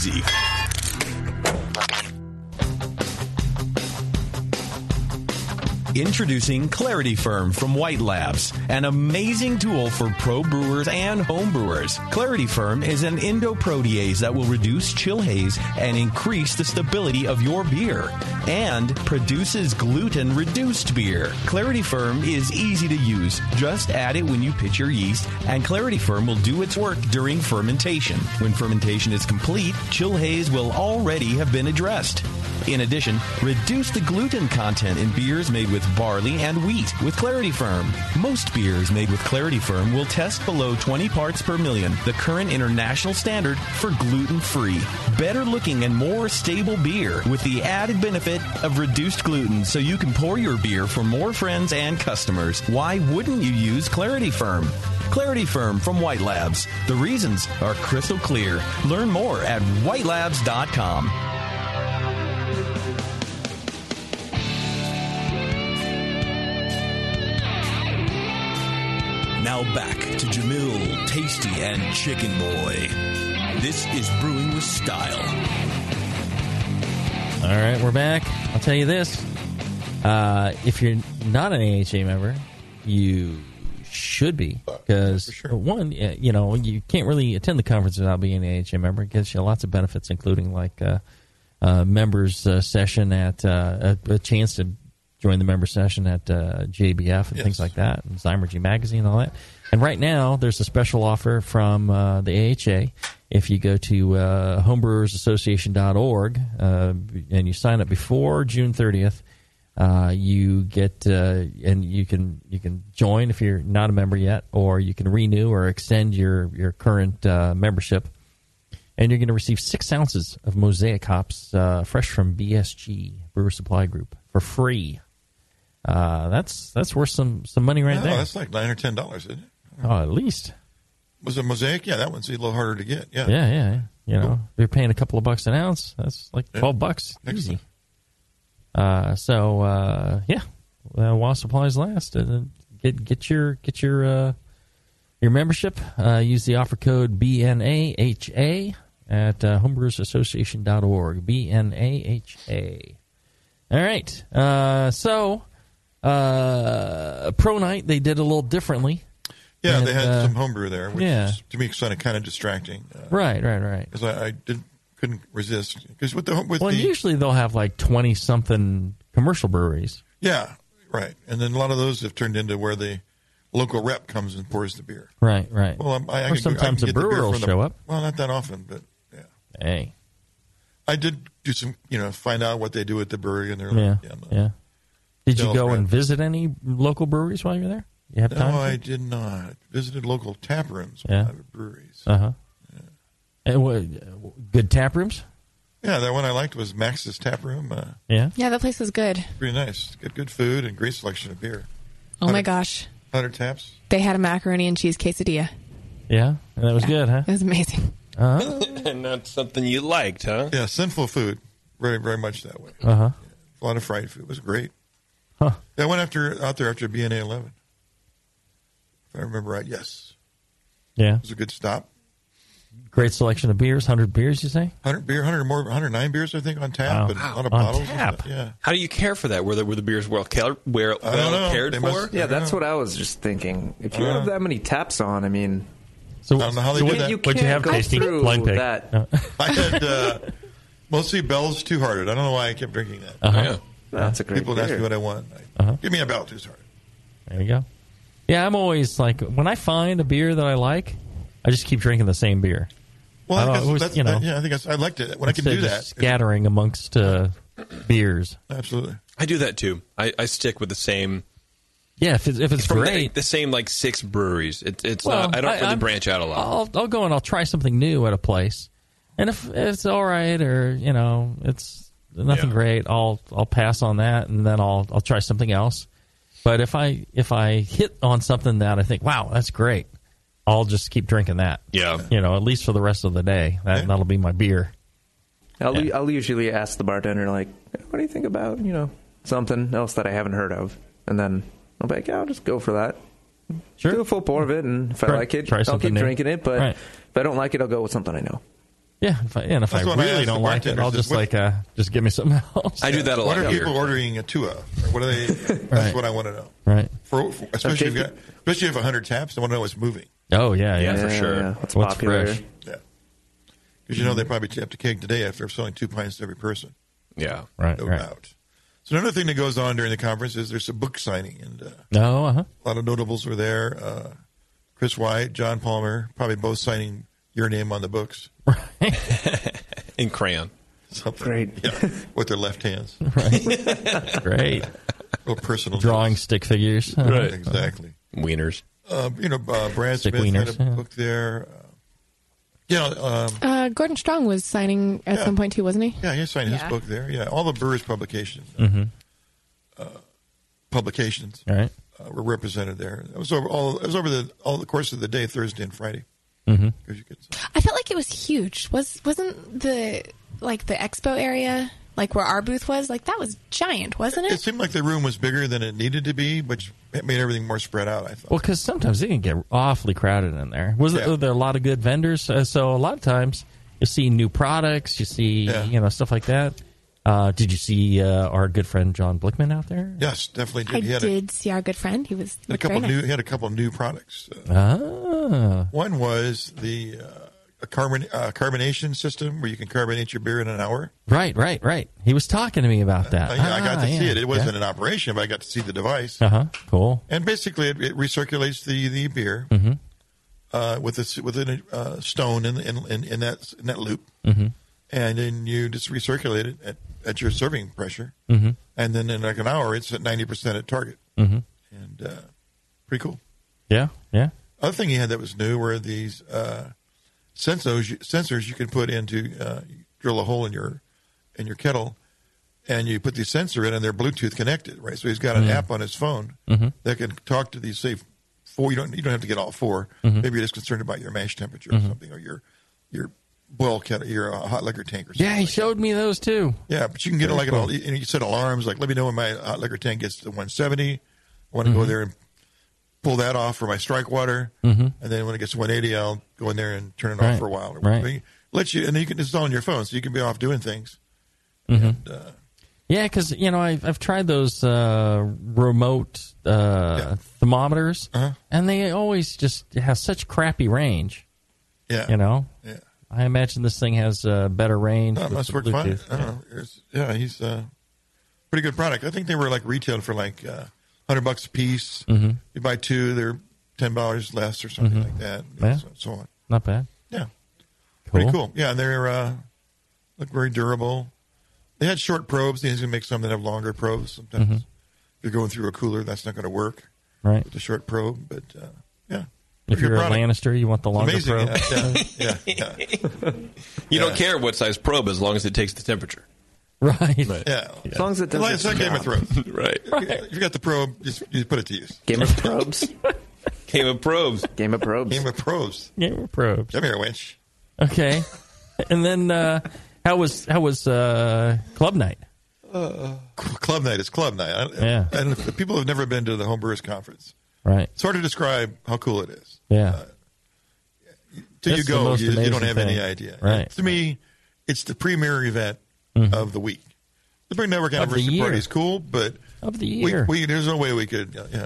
Introducing Clarity Firm from White Labs, an amazing tool for pro brewers and home brewers. Clarity Firm is an endoprotease that will reduce chill haze and increase the stability of your beer and produces gluten reduced beer. Clarity Firm is easy to use. Just add it when you pitch your yeast, and Clarity Firm will do its work during fermentation. When fermentation is complete, chill haze will already have been addressed. In addition, reduce the gluten content in beers made with barley and wheat with Clarity Firm. Most beers made with Clarity Firm will test below 20 parts per million, the current international standard for gluten free. Better looking and more stable beer with the added benefit of reduced gluten so you can pour your beer for more friends and customers. Why wouldn't you use Clarity Firm? Clarity Firm from White Labs. The reasons are crystal clear. Learn more at whitelabs.com.
Now back to Jamil, Tasty, and Chicken Boy. This is Brewing with Style.
All right, we're back. I'll tell you this: uh, if you're not an AHA member, you should be because one, uh, you know, you can't really attend the conference without being an AHA member. It gives you lots of benefits, including like uh, uh, members uh, session at uh, a, a chance to join the member session at uh, JBF and things like that, and Zymergy Magazine and all that. And right now, there's a special offer from uh, the AHA. If you go to uh, homebrewersassociation.org uh, and you sign up before June 30th, uh, you get uh, and you can you can join if you're not a member yet, or you can renew or extend your your current uh, membership and you're going to receive six ounces of Mosaic hops uh, fresh from BSG Brewer Supply Group for free. Uh, that's that's worth some some money right
Oh,
there.
that's like nine or ten dollars, isn't it?
Oh, at least.
Was it mosaic? Yeah, that one's a little harder to get. Yeah,
Yeah, yeah. You know,
Cool.
they're paying a couple of bucks an ounce. That's like
Yeah.
twelve bucks. Easy. Uh, so uh, yeah, uh, while supplies last, and then get get your get your uh, your membership. Uh, use the offer code BNAHA at uh, homebrewersassociation.org. BNAHA. All right. Uh, so uh, pro night they did a little differently.
Yeah,
And,
they had
uh,
some homebrew there, which
yeah.
is, to me sounded kind of distracting
Right, right, right.
because I, I didn't couldn't resist because with the home- with
Well, and
the
usually they'll have like twenty something commercial breweries.
yeah right, and then a lot of those have turned into where the local rep comes and pours the beer.
Right, right.
Well, I'm, I,
or
I can go- I
sometimes
can
a
get the
brewer
beer
will
from the-
show up.
Well, not that often, but yeah.
Hey,
I did do some, you know, find out what they do at the brewery, and they're
yeah,
like,
yeah.
yeah, no.
Did you
Sales
go and
rep.
visit any local breweries while you were there? You have
no,
time?
I did not. Visited local tap rooms,
Yeah.
private breweries.
Uh huh. And what, good tap rooms?
Yeah, that one I liked was Max's Tap Room. Uh,
Yeah.
Yeah, that place was good.
pretty nice. Good, good food and great selection of beer.
Oh my
100
gosh.
100 taps.
They had a macaroni and cheese quesadilla.
Yeah, and that was good, huh?
It was amazing.
Uh
and that's something you liked, huh?
Yeah, sinful food. Very, very much that way.
huh.
A lot of fried food. It was great.
Uh-huh. Huh.
I went after out there after BNA 11. If I remember right, yes.
Yeah.
It was a good stop.
Great selection of beers. Hundred beers, you say?
100 beer, 100 more, 109 beers, I think, on
Wow.
tap. And a lot of
On
bottles. and
tap?
stuff. Yeah.
How do you care for that? Were the, were the beers well, care, where,
I don't
well
know.
cared
They
for?
must-
Yeah, that's what I was just thinking. If you
Yeah.
have that many taps on, I mean,
So,
I don't know how they
so
do
what,
that.
you
what'd you
can't
have,
go
Tasty?
through
Blind pig.
that.
No.
I had uh, mostly Bell's Too Hearted. I don't know why I kept drinking that.
Uh-huh.
Yeah.
that's a great
People would ask
beer.
me what I want. I,
Uh-huh.
Give me a Bell Too Hearted.
There you go. Yeah, I'm always like when I find a beer that I like, I just keep drinking the same beer.
Well,
I don't-
I guess
Oh, it was-
that's,
you know,
that- yeah, I think that's, I liked it when I can
Instead
do
of
that.
just scattering amongst uh, beers.
Absolutely.
I do that too. I, I stick with the same
Yeah, if it's, if it's
from the-
great,
The, same like six breweries. It, it's
Well,
not. I don't really
I'm-
branch out a lot.
I'll, I'll go and I'll try something new at a place, and if it's all right or you know it's nothing
Yeah.
great, I'll I'll pass on that, and then I'll I'll try something else. But if I if I hit on something that I think, wow, that's great, I'll just keep drinking that.
Yeah.
you know, at least for the rest of the day, that
Yeah.
that'll be my beer.
I'll, I'll usually ask the bartender, like, what do you think about, you know, something else that I haven't heard of? And then I'll be like, yeah, I'll just go for that.
Sure.
Do a full pour of it, and if I
Try-
like it,
try
I'll
something
keep
new.
drinking it. But
Right.
if I don't like it, I'll go with something I know.
Yeah, if I, and if I
That's what I
really
asked the
don't like it,
bartender,
I'll
is
just
what-
like uh, just give me something else.
I do that a
What
lot
are
here.
people ordering a two of? Or What are they? That's
Right.
what I want to know.
right.
For, for- especially if
Okay.
you got, especially if 100 taps, I want to know what's moving.
Oh yeah, yeah,
for sure.
What's
What's
popular?
fresh?
Yeah. Because
Mm-hmm.
you know they probably tapped a keg today after selling two pints to every person.
yeah.
right,
No
right.
doubt. So another thing that goes on during the conference is there's a book signing, and uh,
No, uh huh.
a lot of notables were there. Uh, Chris White, John Palmer, probably both signing your name on the books.
In crayon.
Something.
Great.
Yeah, with their left hands.
Great
Real personal.
drawing
notes.
stick figures. Uh-huh.
Right.
Exactly.
Wieners.
Uh, you know, uh, Brad
Stick
Smith had
wieners,
a
yeah.
book there. Uh, yeah, um,
Uh, Gordon Strong was signing at
Yeah.
some point too, wasn't he?
yeah, he signed
Yeah.
his book there. Yeah, all the Brewers publications,
Mm-hmm.
uh, publications
All right.
uh, were represented there. It was over all. It was over the all the course of the day, Thursday and Friday.
Mm-hmm.
Because you could
I felt like it was huge. Was wasn't the like the expo area like where our booth was like that was giant, wasn't
It
it?
seemed like the room was bigger than it needed to be, which it made everything more spread out. I thought.
Well, because sometimes it can get awfully crowded in there. Was
Yeah.
were there a lot of good vendors? Uh, so a lot of times you see new products, you see
Yeah.
you know stuff like that. Uh, did you see uh, our good friend John Blickman out there?
yes, definitely did.
I
he had
did see our good friend. He was
A, a
looked very
couple
nice.
new. He had a couple new products. Uh,
Ah,
one was the uh, a carbon uh, carbonation system where you can carbonate your beer in an hour.
Right, right, right. He was talking to me about that.
I, Uh, I got
Ah,
to see
yeah,
it. It wasn't an operation, but I got to see the device.
Yeah. Uh huh. Cool.
And basically, it, it recirculates the the beer
Mm-hmm.
uh, with a s- with a uh, stone in, in in in that in that loop,
Mhm.
and then you just recirculate it at, at your serving pressure,
Mhm.
and then in like an hour, it's at ninety percent at target,
Mhm.
and uh, pretty cool.
Yeah. Yeah.
Other thing he had that was new were these uh, sensors sensors you can put into uh, you drill a hole in your in your kettle, and you put the sensor in, and they're Bluetooth connected, right? So he's got an
Mhm.
app on his phone
Mhm.
that can talk to these say four. You don't you don't have to get all 4
Mhm.
Maybe you're just concerned about your mash temperature
Mhm.
or something, or your your boil kettle, your uh, hot liquor tank, or something.
Yeah, he showed me those too.
Yeah, but you can get
Very
like
cool.
an, al- and you set alarms like let me know when my hot liquor tank gets to 170. I want to go
Mhm.
there and pull that off for my strike water,
Mhm.
and then when it gets to 180, I'll go in there and turn it
Right.
off for a while. Or
Right.
whatever. Let you and then you can it's all on your phone, so you can be off doing things.
Mhm.
Uh,
Yeah, because you know I've I've tried those uh, remote uh, thermometers,
Uh-huh.
and they always just have such crappy range.
Yeah.
you know.
Yeah.
I imagine this thing has uh, better range.
no, it
with
must
the
work fine.
Bluetooth.
I don't know. It's- Yeah, he's uh, pretty good product. I think they were like retailed for like uh, hundred bucks a piece.
Mhm.
You buy two, they're ten dollars less or something
Mhm.
like that.
Yeah.
So, so on.
Not bad.
Yeah. Pretty cool. Yeah, they're uh, look very durable. They had short probes. He's gonna make some that have longer probes. Sometimes
Mhm.
if you're going through a cooler, that's not going to work
Right.
with a short probe. But uh, yeah,
If
Pretty good
you're a
product.
Lannister, you want the
It's
longer
amazing.
probe.
Yeah, yeah, yeah.
You
Yeah.
don't care what size probe as long as it takes the temperature.
Right.
Yeah.
As long as it
Well,
doesn't
it's not Game of
drop.
Thrones.
Right.
If you got the probe, just you put it to use.
Game of probes. Game of probes.
Game of probes.
Game of probes.
Game of probes.
Come here, wench.
Okay. and then uh, how was how was uh, club night?
Club night is club night. I,
Yeah.
And if people have never been to the Homebrewers Conference.
Right.
It's hard to describe how cool it is. Uh,
Yeah.
Till
That's
you
the
go,
most
you, you don't
amazing
have any
thing.
idea.
Right.
To me, it's the premier event
Mhm.
of the week. The Bring Network
Of the
anniversary
year.
party is cool, but
Of the
we-
year.
we, there's no way we could. uh, yeah,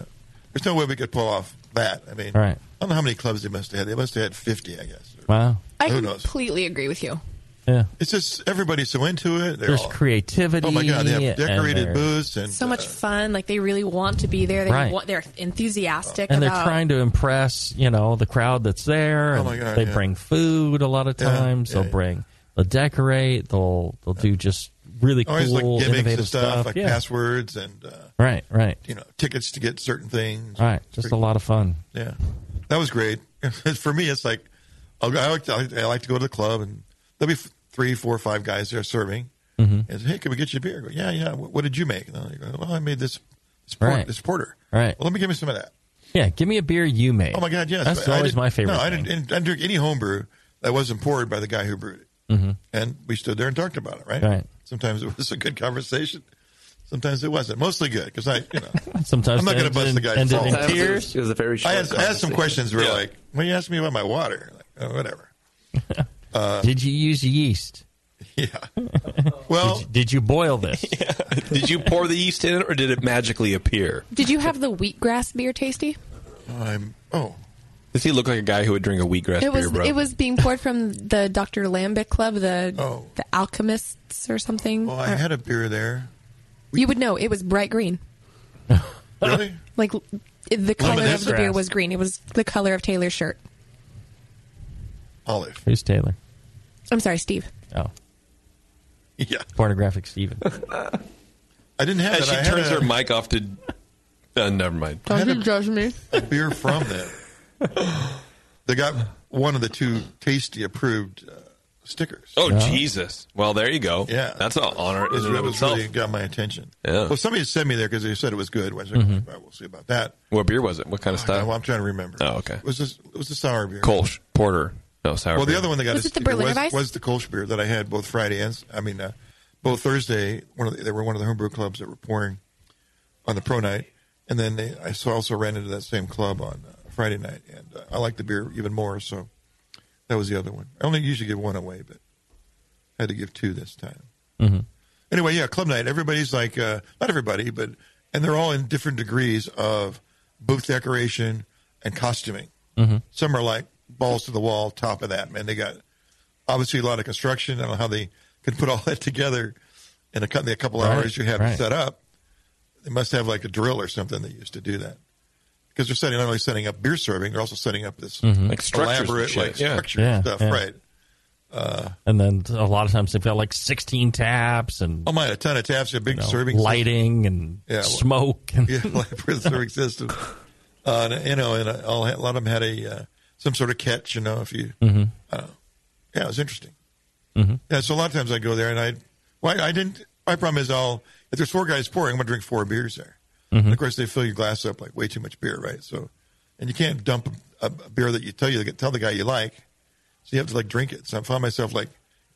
there's no way we could pull off that. I mean,
Right.
I don't know how many clubs they must have had. They must have had 50, I guess.
Wow.
I
Who knows?
completely agree with you.
Yeah.
It's just everybody's so into it. They're
There's
all-
creativity
Oh my god, they have
and
decorated
there's-
booths and uh,
So much fun. Like they really want to be there. They
Right.
want, they're enthusiastic
And they're
about
trying to impress, you know, the crowd that's there.
Oh
and
my God,
they
yeah.
bring food a lot of
Yeah,
times.
yeah,
they'll
yeah.
bring, they'll decorate. They'll they'll do just really
always
cool,
like gimmicks
innovative
and stuff, like
yeah.
passwords and uh,
Right, right,
you know tickets to get certain things.
right. Just a lot of fun.
Yeah, that was great. For me, it's like I'll, go- I like to, I like to go to the club and there'll be f- three, four, five guys there serving.
Mhm.
And say, hey, can we get you a beer? I go, yeah, yeah. What, what did you make? And they go, well, I made this this, port,
Right.
this porter.
Right.
Well, let me give me some of that.
Yeah, give me a beer you made.
Oh my god, yes.
That's
I- I
always
didn't-
my favorite.
No, I didn't, I didn't drink any homebrew that wasn't poured by the guy who brewed it.
Mm-hmm.
and we stood there and talked about it. Right.
Right.
Sometimes it was a good conversation. Sometimes it wasn't. Mostly good because I, you know,
Sometimes
I'm not
it
going to bust
ended
the
in-
guy's
ended
balls.
in Sometimes it was- tears. it was a very
I
short
asked, I asked some
conversation.
questions. Were
Yeah.
like, well, you asked me about my water. Like, oh, whatever.
did you use yeast?
Yeah. Well,
did you, did you boil this?
Did you pour the yeast in it, or did it magically appear?
Did you have the wheatgrass beer tasty?
I'm. Oh.
Does he look like a guy who would drink a wheatgrass
it was
beer, bro?
it was being poured from the Dr. Lambic Club, the
Oh.
the alchemists or something.
Well, I
Or-
had a beer there.
you would know it was bright green.
Really?
Like l- the color of the
Lemongrass.
beer was green. It was the color of Taylor's shirt.
Olive.
Who's Taylor?
I'm sorry, Steve.
Oh,
yeah.
Pornographic Steven.
I didn't have
As
that. I
she
had
turns
a-
her mic off to. Uh, never mind.
I had a
judge me.
a beer from them. They got one of the two tasty approved uh, stickers.
Oh Jesus! Well, there you go.
Yeah.
that's an honor
It
Oh, in and of
was
itself.
really got my attention.
Yeah.
Well, somebody sent me there because they said it was good. I was like,
Mhm.
"Well, we'll see about that.
What beer was it? What kind of
Oh,
style?
I'm trying to remember.
Oh, okay.
It was this? It was the sour beer.
Kolsch, porter, no sour.
Well, the
beer.
other one they got
Was
a
it the
sticker
Berliner
was,
Weiss?
was the Kolsch beer that I had both Friday and I mean, uh, both Thursday. One of the, they were one of the homebrew clubs that were pouring on the pro night, and then they, I so also ran into that same club on uh, Friday night, and uh, I liked the beer even more. So that was the other one. I only usually give one away, but I had to give two this time.
Mhm.
Anyway, yeah, club night. Everybody's like, uh, not everybody, but and they're all in different degrees of booth decoration and costuming.
Mhm.
Some are like balls to the wall top of that, man. They got obviously a lot of construction. I don't know how they could put all that together in a, cou- the couple
Right,
hours you have
right.
set up. They must have like a drill or something that used to do that. Because they're setting not only setting up beer serving, they're also setting up this
Mhm.
Like structures and
elaborate
shit.
like
Yeah.
structure
Yeah,
stuff,
yeah.
right? Uh,
and then a lot of times they've got like 16 taps and
oh my, a ton of taps, a big
you know,
serving system.
lighting and
Yeah, well-
smoke and
yeah, labyrinth serving system. Uh, and, you know, and uh, all, a lot of them had a uh, some sort of catch. You know, if you,
Mhm.
I don't know. yeah, it was interesting.
Mhm.
Yeah, so a lot of times I go there and I, well, I, I didn't. My problem is I'll if there's four guys pouring, I'm gonna drink four beers there.
Mhm.
And of course, they fill your glass up like way too much beer, right? So, and you can't dump a, a beer that you tell you tell the guy you like, so you have to like drink it. So I found myself like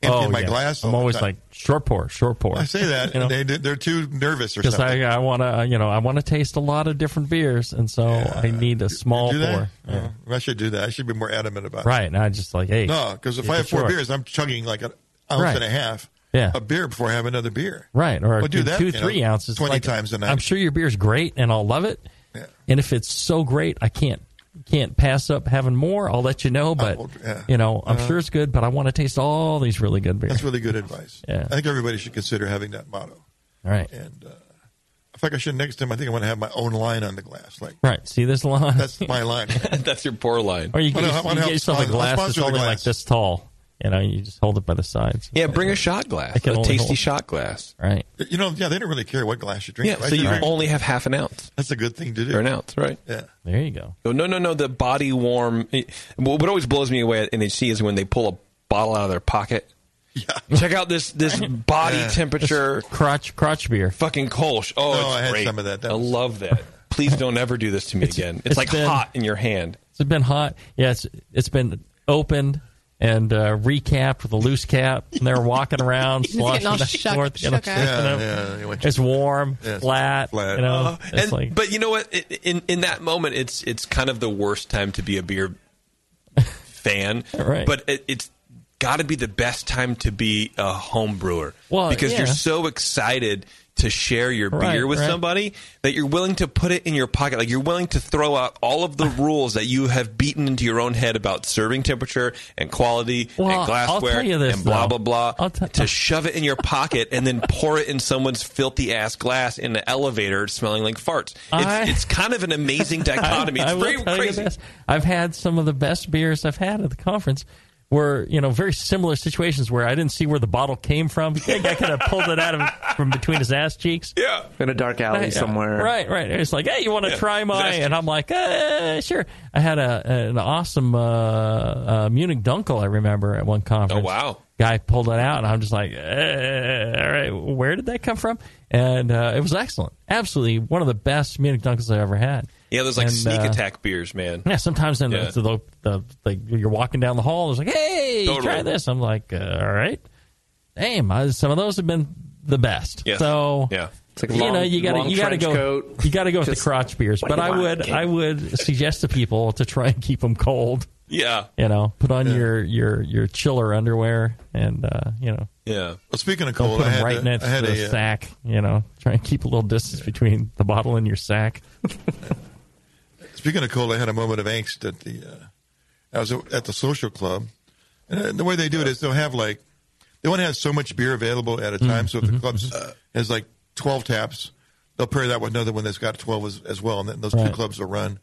emptying my
Oh, yeah.
glass. all
I'm
the
always
time.
like short pour, short pour.
I say that,
you know?
and they they're too nervous or
because
something.
I, I want to you know I want to taste a lot of different beers, and so I need a small
do that?
pour. Yeah.
Oh, I should do that. I should be more adamant about it.
Right, and I just like hey
No, because if
keep
I
it
have four
short.
beers, I'm chugging like an ounce
Right.
and a half
Yeah.
of beer before I have another beer.
right, or
Well, do
two-
that,
two
you know,
three ounces,
20
like,
times a night.
I'm sure your beer's great, and I'll love it.
Yeah.
And if it's so great, I can't can't pass up having more. I'll let you know, but
yeah.
you know I'm
Uh,
sure it's good, but I want to taste all these really good beers.
That's really good advice.
Yeah.
I think everybody should consider having that motto.
All right.
And uh, in fact, I should next time. I think I want to have my own line on the glass. Like
Right, see this line,
that's my line.
That's your pour line.
or you,
Well,
get-
no, I
you
wanna
get
help
yourself a
sponsor- I'll
glass that's
sponsor the
only like
glass.
this tall. You know, you just hold it by the sides.
Yeah, bring a shot glass,
I can
a
only
tasty
hold-
shot glass.
Right.
You know, yeah, they don't really care what glass you drink.
Yeah,
right?
so you
drink-
only have half an ounce
That's a good thing to do.
or an ounce, right?
Yeah.
There you go.
No, no, no, no. The body warm. It, what always blows me away at NHC is when they pull a bottle out of their pocket. Yeah. Check out this this body
Yeah.
temperature
Crotch crotch beer.
fucking Kolsch. Oh,
No,
it's
I had
great.
some of that. That
I
was-
love that. Please don't ever do this to me again. It's,
it's
like
been-
hot in your hand.
It's been hot. Yeah, it's it's been opened and uh, recapped with a loose cap, and they're walking around,
He's getting all
sloshing back
shook-
and forth. you know,
shook out.
you know.
Yeah, yeah, what you-
It's warm,
Yeah, it's
flat,
flat.
You know,
Uh,
it's
uh-huh. And-
like
but you know what? It, in in that moment, it's it's kind of the worst time to be a beer fan.
Right.
But it, it's got to be the best time to be a home brewer
Well,
because you're
yeah.
so excited to share your beer
Right,
with
right.
somebody that you're willing to put it in your pocket like you're willing to throw out all of the rules that you have beaten into your own head about serving temperature and quality
Well,
and glassware
I'll tell you this,
and blah
though.
blah blah
I'll tell-
to shove it in your pocket and then pour it in someone's filthy ass glass in the elevator smelling like farts. It's,
I-
it's kind of an amazing
I-
dichotomy. It's
I will
very
tell you
crazy.
this. I've had some of the best beers I've had at the conference. Were you know very similar situations where I didn't see where the bottle came from. I think I could have pulled it out of from between his ass cheeks.
Yeah.
in a dark alley
Yeah.
somewhere.
Right, right. It's like, hey, you want to
Yeah.
try my?
Disaster.
And I'm like, uh, sure. I had a an awesome uh, uh, Munich Dunkel. I remember at one conference.
Oh, wow.
Guy pulled it out, and I'm just like, uh, all right, where did that come from? And uh, it was excellent. Absolutely, one of the best Munich Dunkels I've ever had.
Yeah, there's like
And,
sneak
uh,
attack beers, man.
Yeah, sometimes then
Yeah.
the, the, the, like you're walking down the hall. There's like, hey,
Totally.
try this. I'm like, uh, all right. Damn, I, some of those have been the best.
Yes.
So
Yeah.
It's like
you
long,
know you got
long
to you got to
trench
go
coat.
you got to go with
Just-
the crotch beers.
what do
But
you
I
want,
would
kid?
I would suggest to people to try and keep them cold.
Yeah.
You know, put on your your your chiller underwear and uh, you know
Yeah.
Well, speaking of
don't
cold,
put
I
them
had
right
a,
next
I had
to the
a, uh,
sack. You know, try and keep a little distance between the bottle and your sack.
Speaking of cold, I had a moment of angst at the. Uh, I was at the social club, and uh, the way they do it is they'll have like they want to have so much beer available at a time. So if the club uh, has like twelve taps, they'll pair that with another one that's got twelve as, as well, and then those
Right.
two clubs will run.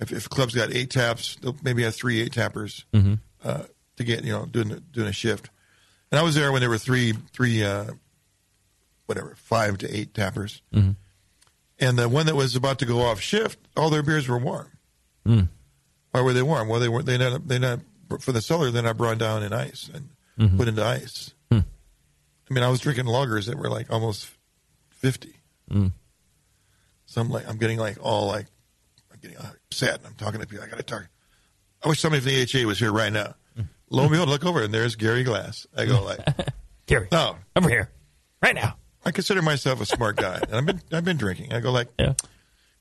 If if a club's got eight taps, they'll maybe have three eight tappers uh, to get you know doing doing a shift. And I was there when there were three three uh, whatever five to eight tappers and the one that was about to go off shift, all their beers were warm.
Mm.
Why were they warm? Well, they were they not they not for the cellar. They're not brought down in ice and put into ice.
Hmm.
I mean, I was drinking lagers that were like almost fifty.
Mm.
So I'm like, I'm getting like all like, I'm getting upset, and I'm talking to people. I got to talk. I wish somebody from the AHA was here right now. Lo and behold, look over, and there's Gary Glass. I go like,
Gary,
no,
over here, right now.
I consider myself a smart guy, and I've been I've been drinking. I go like,
Yeah.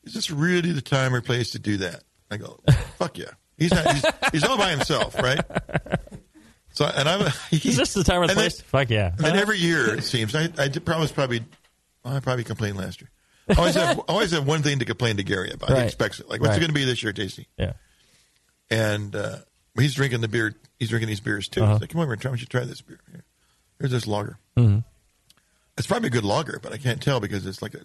is this really the time or place to do that? I go, fuck yeah. He's not. He's, he's all by himself, right? So, and I'm.
Is this the time or the
and then-
place? Fuck yeah.
and then every year it seems I, I did promise probably well, I probably complained last year. I always have I always have one thing to complain to Gary about.
Right.
He expects it. Like what's
Right.
it going to be this year, Tasty?
yeah.
And uh, But he's drinking the beer. He's drinking these beers too.
Uh-huh.
He's like, come over and try. We should try this beer. Here. Here's this lager.
Mhm.
It's probably a good lager, but I can't tell because it's like a,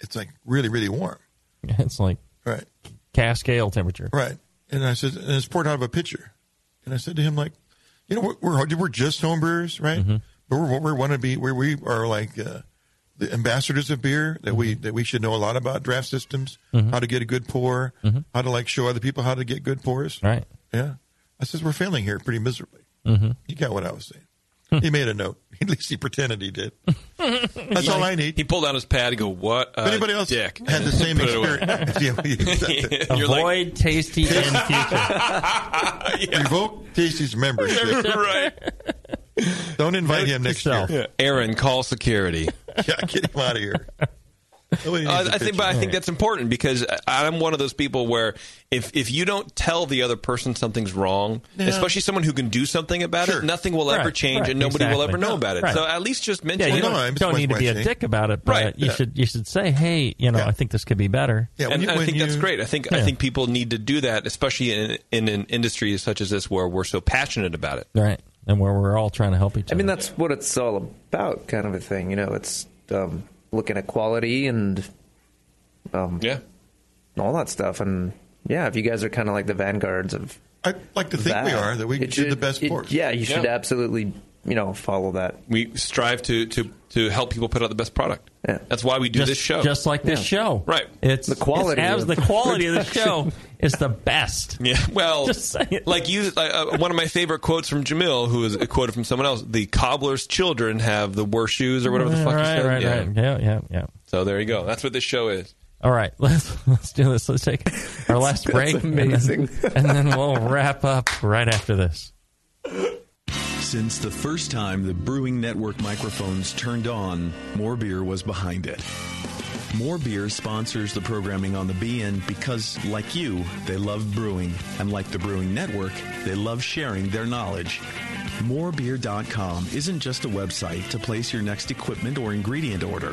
it's like really really warm.
It's like
Right.
cask ale temperature.
Right. And I said, and it's poured out of a pitcher. And I said to him, like, you know, we're we're, we're just homebrewers, right?
Mm-hmm.
But we're, we're want to be where we are like uh, the ambassadors of beer that we
Mm-hmm.
that we should know a lot about draft systems,
Mhm.
how to get a good pour,
Mm-hmm.
Mhm.
how to like show other people how to get good pours.
Right.
Yeah. I says we're failing here pretty miserably.
Mm-hmm.
Mhm.
You got what I was
Hmm.
saying. he made a note. At least he pretended he did. That's all I need.
He pulled out his pad and go, "What? Uh,
anybody else
dick
had the same
Put it away.
experience. Yeah, exactly.
You're like-
Avoid tasty in future.
Revoke Casey's membership.
right.
Don't invite him next year.
yourself.
Yeah,
Aaron, call security.
get him out of here. Nobody needs
Uh,
a
I think,
picture.
but I think that's important because I- I'm one of those people where if if you don't tell the other person something's wrong,
No.
especially someone who can do something about
Sure.
it, nothing will ever
Right,
change,
right,
and nobody will
exactly.
ever know about it.
Right.
So at least just
Yeah,
mention.
you
it.
don't,
no, I'm just
don't need to be a
questioning.
dick about it, but
Right,
you
yeah.
should you should say, hey, you know,
Yeah.
I think this could be better.
Yeah, when
and
you-
I
when
think that's
you-
great. I think
Yeah.
I think people need to do that, especially in, in an industry such as this where we're so passionate about it.
Right, and where we're all trying to help each
I
other.
mean, that's what it's all about, kind of a thing. You know, it's um, looking at quality and um,
Yeah.
all that stuff. And yeah, if you guys are kind of like the vanguards of
I like to think
that,
we are that we
it
do the
should-
best
it-
pours.
Yeah, you should
Yeah.
absolutely, you know, follow that.
We strive to to to help people put out the best product.
Yeah.
That's why we do this show.
just like this
Yeah.
show.
Right.
It's
The quality
It's,
of-
the quality of the show is the best.
Yeah. Well,
Just say it.
like you, like, uh, one of my favorite quotes from Jamil, who is a quote from someone else: "The cobbler's children have the worst shoes, or whatever the fuck
right,
you said."
right,
yeah.
right. Yeah, yeah, yeah.
So there you go. That's what this show is.
All right, let's let's do this. Let's take our last break. and then-
amazing.
and then we'll wrap up right after this.
Since the first time the Brewing Network microphones turned on, More Beer was behind it. More Beer sponsors the programming on the BN because, like you, they love brewing, and like the Brewing Network, they love sharing their knowledge. Morebeer.com isn't just a website to place your next equipment or ingredient order.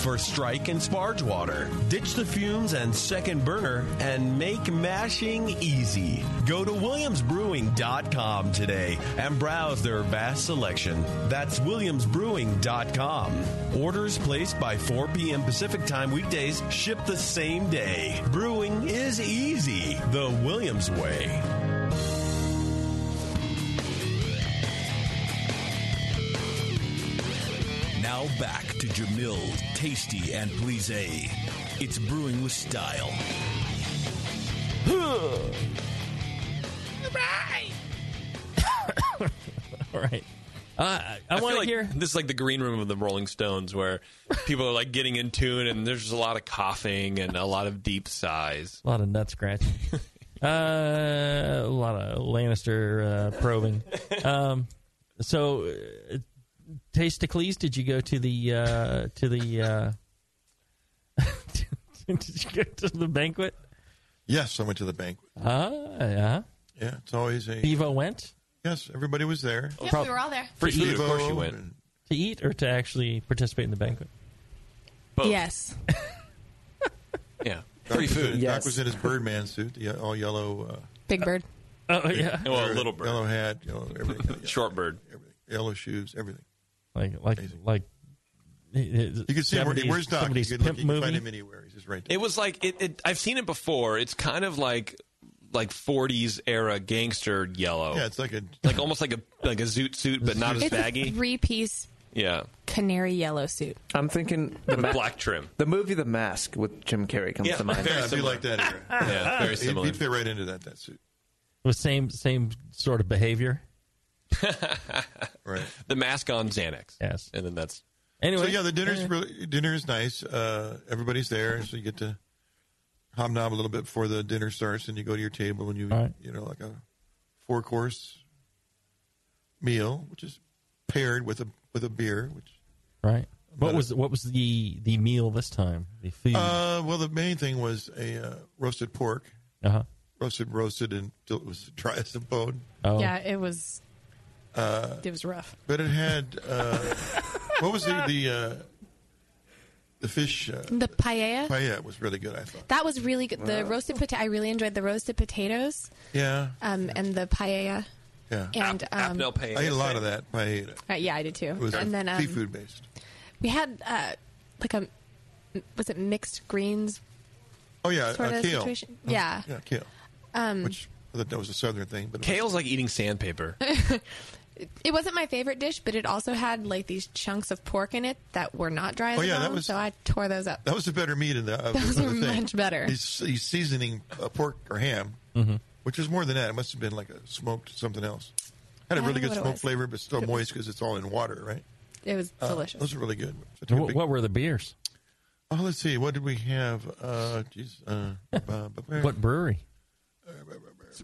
for strike and sparge water. Ditch the fumes and second burner and make mashing easy. Go to williamsbrewing.com today and browse their vast selection. That's williamsbrewing.com. Orders placed by 4 p.m. Pacific time weekdays ship the same day. Brewing is easy the Williams way. Now back to Jamil, Tasty, and Plise. It's brewing with style.
All right. Uh, I,
feel
want to
like
hear.
This is like the green room of the Rolling Stones, where people are like getting in tune, and there's just a lot of coughing and a lot of deep sighs.
A lot of nut scratching. uh, a lot of Lannister uh, probing. Um, so, uh, Tastacles, did you go to the uh, to the uh, did you go to the banquet?
Yes, I went to the banquet.
Uh, yeah.
Yeah, it's always a
Bevo went
yes. Everybody was there.
Yep,
Prob-
we were all there.
Free food, Oh, of
Bevo
course, you went.
and-
to eat or to actually participate in the banquet.
Both.
Yes.
Yeah.
Doc
Free
was in-
food.
Yeah.
Doc was in his Birdman suit, the all yellow. Uh,
Big Bird.
Oh yeah.
Well, a little bird,
Yellow hat, yellow everything.
short bird.
everything. Yellow shoes, everything.
Like like like you
You can see him where- where's Doc? You
somebody's
could look-
pimp
you can find
movie.
him anywhere. He's just right
It was like it, it. I've seen it before. It's kind of like like 40s era gangster yellow.
Yeah, it's like a
like almost like a like a zoot suit, but not as
it's a
baggy.
three piece
yeah,
canary yellow suit.
I'm thinking the
With
ma-
black trim.
The movie The Mask with Jim Carrey comes
Yeah,
to mind.
very Yeah, I do similar.
like that era.
Yeah, very
He'd-
similar.
He'd fit right into that that suit.
With same same sort of behavior.
Right.
The mask on Xanax.
Yes.
And then that's
Anyway,
so yeah, the dinner's
yeah.
really, dinner is nice. Uh, everybody's there, so you get to hobnob a little bit before the dinner starts, and you go to your table and you
All right.
you know like a four course meal, which is paired with a with a beer. Which
Right. What
But-
was what was the the meal this time? The food.
uh, well, the main thing was a uh, roasted pork,
Uh-huh.
roasted roasted until it was dry as a bone.
Oh.
Yeah, it was
Uh,
it was rough.
but it had uh, what was the the uh, the fish uh,
The paella.
paella was really good. I thought.
That was really good. The roasted potato. I really enjoyed the roasted potatoes
Yeah,
um, and the paella.
yeah.
And um,
I ate a lot of that paella.
uh, yeah, I did too.
It was
and then um,
seafood based.
we had uh, like a was it mixed greens?
Oh yeah,
sort
uh,
of
kale.
situation? Yeah.
yeah, kale.
Um,
Which I thought that was a southern thing, but
kale's like eating sandpaper.
it wasn't my favorite dish, but it also had like these chunks of pork in it that were not dry as
Oh,
a
yeah, that
bone,
was-
so I tore those up.
that was the better meat in the. Of,
Those
of
are
the thing.
much better.
He's, he's seasoning uh, pork or ham, which was more than that. It must have been like a smoked something else. Had a
I don't
really good
know what it
smoke
was.
flavor, but still
It was-
moist because it's all in water, right?
It was
Uh,
delicious.
Those are really good. So I took a
What,
big-
what were the beers?
oh, let's see. What did we have? Uh, geez, uh, ba- ba- ba-
What brewery?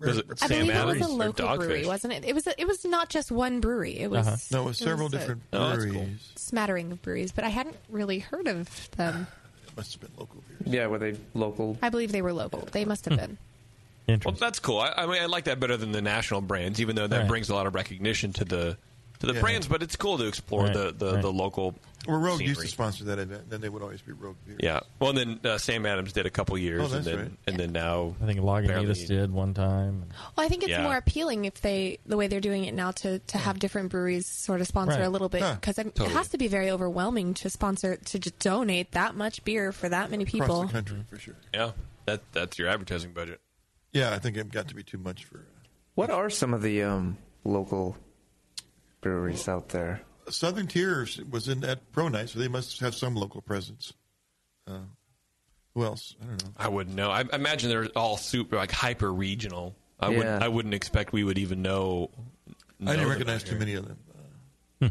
Was it
I
Sam
believe it
Adams
was a
or
local brewery,
Dogfish?
wasn't it? It was. A, it was not just one brewery. It was.
Uh-huh.
No, it was several
was a
different
Oh, that's
breweries.
cool.
Smattering of breweries, but I hadn't really heard of them.
It must have been local beer.
Yeah, were they local?
I believe they were local. They must
Hmm.
have been.
Well, that's cool. I, I mean, I like that better than the national brands, even though that
Right.
brings a lot of recognition to the to the
Yeah.
brands. But it's cool to explore
Right,
the the,
right.
the local.
Well, Rogue used
scenery.
to sponsor that event. Then they would always be Rogue beer.
Yeah. Well, and then uh, Sam Adams did a couple years,
Oh,
and
that's
then
right.
and then now
I think Lagunitas
Apparently-
did one time.
Well, I think it's
Yeah.
more appealing if they the way they're doing it now to to have different breweries sort of sponsor
Right.
a little bit
Yeah,
because
totally.
it has to be very overwhelming to sponsor to just donate that much beer for that many
across
people.
the country for sure.
yeah, that that's your advertising budget.
Yeah, I think it got to be too much for. uh,
What are some of the um, local breweries out there?
Southern Tier was in at Pro Night, so they must have some local presence. Uh, who else? I don't know.
I wouldn't know. I, I imagine they're all super like hyper regional. I
Yeah.
wouldn't. I wouldn't expect we would even know. know
I didn't
them
recognize
out
too
here.
many of them. Uh,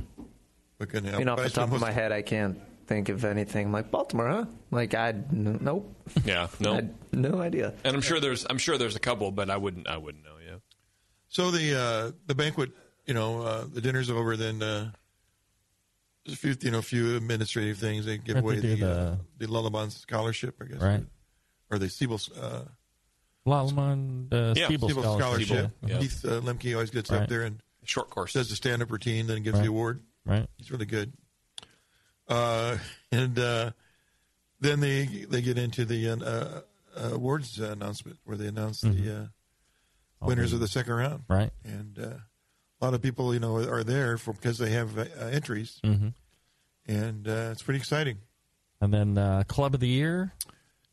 but couldn't
I
help.
mean, off
but I
the top of
suppose-
my head, I can't think of anything. I'm like Baltimore, huh? Like I n- nope,
Yeah. No.
I had no idea.
and I'm sure there's. I'm sure there's a couple, but I wouldn't. I wouldn't know. Yeah.
So the uh, the banquet, you know, uh, the dinner's over. Then uh, there's a few, you know, a few administrative things. They give
Right,
away
they do
the uh, the Lullabon scholarship, I guess,
Right.
or the Siebel uh,
Lalamon uh,
Yeah,
Stiebel
Siebel
Scholarship.
scholarship.
Yeah.
Keith uh, Lemke always gets
Right.
up there and
Short course.
says the stand up routine, then gives
Right.
the award.
Right.
He's really good. Uh, and uh, then they they get into the uh, uh, awards announcement where they announce the uh, winners of the second round.
Mm-hmm. Right.
And uh, a lot of people, you know, are there for because they have uh, entries,
hmm
and uh, it's pretty exciting.
And then uh, Club of the Year.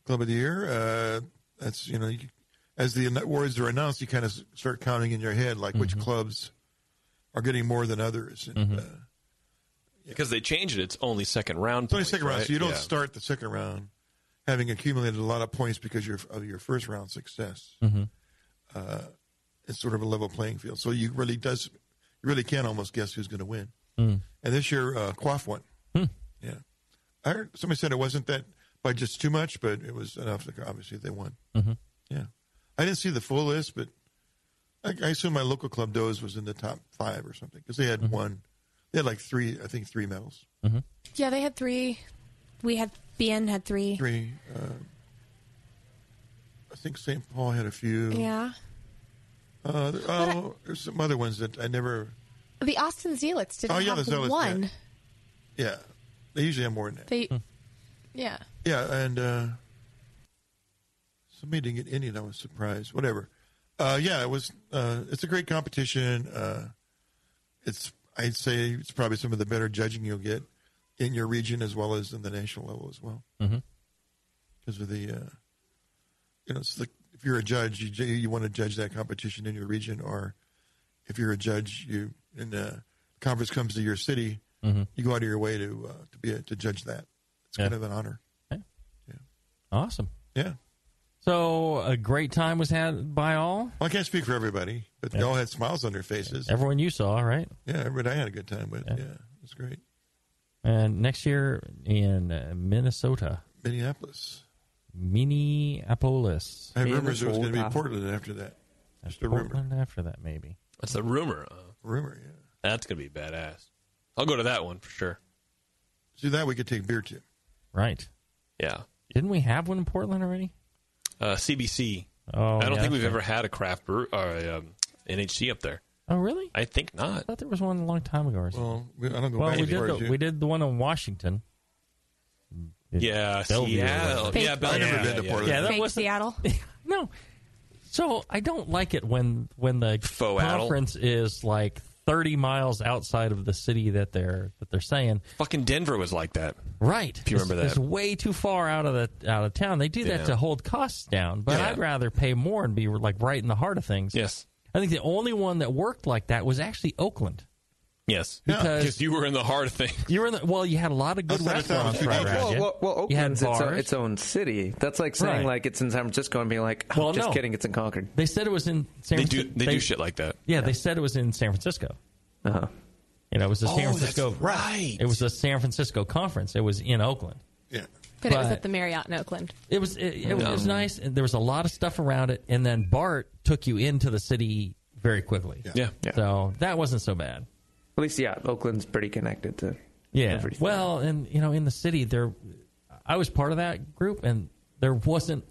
Club of the year. Uh, that's you know, you, as the awards are announced, you kind of start counting in your head like which clubs are getting more than others. And, uh,
Because they changed it. It's only second round.
It's only
points,
second round,
right?
so you don't
Yeah.
start the second round having accumulated a lot of points because you're, of your first round success.
Mm-hmm.
Mhm.
Uh, it's sort of a level playing field, so you really does you really can almost guess who's going to win.
Mm.
And this year, uh, Quaff won.
Hmm.
Yeah, I heard somebody said it wasn't that by just too much, but it was enough. That obviously, they won.
Mm-hmm.
Mhm.
Yeah, I didn't see the full list, but I, I assume my local club Doze was in the top five or something because they had
Mm-hmm.
one. They had like three, I think, three medals.
Yeah, they had three. We had BN had three.
three. Uh, I think St. Paul had a few.
Yeah,
Uh, there- oh, there's some other ones that I never.
the Austin Zealots didn't
Oh, yeah, the
have
Zealots
one.
did. Yeah, they usually have more than that.
They,
Hmm.
yeah,
Yeah, and uh, somebody didn't get any, and I was surprised. Whatever. Uh, yeah, it was. Uh, it's a great competition. Uh, it's I'd say it's probably some of the better judging you'll get in your region as well as in the national level as well.
Mhm.
Because of the, uh, you know, it's like if you're a judge, you ju- you want to judge that competition in your region, or if you're a judge, you and the conference comes to your city,
Mhm.
you go out of your way to uh, to be a, to judge that. It's
Yeah.
kind of an honor.
Awesome.
Yeah.
So a great time was had by all.
Well, I can't speak for everybody, but they all had smiles on their faces.
Everyone you saw, right?
Yeah, everybody I had a good time with. Yeah, it's great.
And next year in uh, Minnesota,
Minneapolis.
Minneapolis.
I had rumors it was going to be Portland after that. Just a rumor.
Portland after that, maybe.
That's the rumor. Uh,
rumor, yeah.
That's going to be badass. I'll go to that one for sure.
See, that we could take beer to.
Right.
Yeah.
Didn't we have one in Portland already?
Uh, CBC.
Oh,
I don't
yeah,
think we've
that's
ever had a craft brew or a, um, NHC up there.
Oh, really?
I think
I
not.
thought there was one a long time ago. Or something.
Well, we, I don't go
Well,
back
we
as far
did
as
the,
you.
we did the one in Washington.
Yeah,
Bellevue or
Seattle.
whatever.
Yeah,
I've
Bellevue.
never
yeah,
been to
yeah,
Portland.
Yeah, that
Fake
was
Seattle.
no. So I don't like it when when the
Faux addle.
conference is like thirty miles outside of the city that they're that they're saying.
Fucking Denver was like that.
Right. If
you remember
It's
that.
way too far out of the out of town. They do that
Yeah.
to hold costs down, but
Yeah.
I'd rather pay more and be like right in the heart of things.
Yes.
I think the only one that worked like that was actually Oakland.
Yes.
Because-
you were in the hard thing.
You were in the, well, you had a lot of good
Outside of town,
restaurants
you
right
did.
around
Well,
you.
Well, well
You had
Oakland's its own,
bars.
its own city. That's like saying
Right.
like it's in San Francisco and being like, oh,
Well,
just
no.
kidding, it's in Concord.
They said it was in San
They do
Francisco.
they do shit like that.
Yeah, they said it was in San Francisco.
Uh-huh.
You know, it was a San
Oh, that's
Francisco.
right.
It was a San Francisco conference. It was in Oakland.
Yeah.
But, it was
But-
at the Marriott in Oakland.
It was it, it was nice. And there was a lot of stuff around it, and then Bart took you into the city very quickly.
Yeah.
Yeah.
So that wasn't so bad.
At least, yeah, Oakland's pretty connected to
Yeah.
everything.
Well, and you know, in the city there, I was part of that group, and there wasn't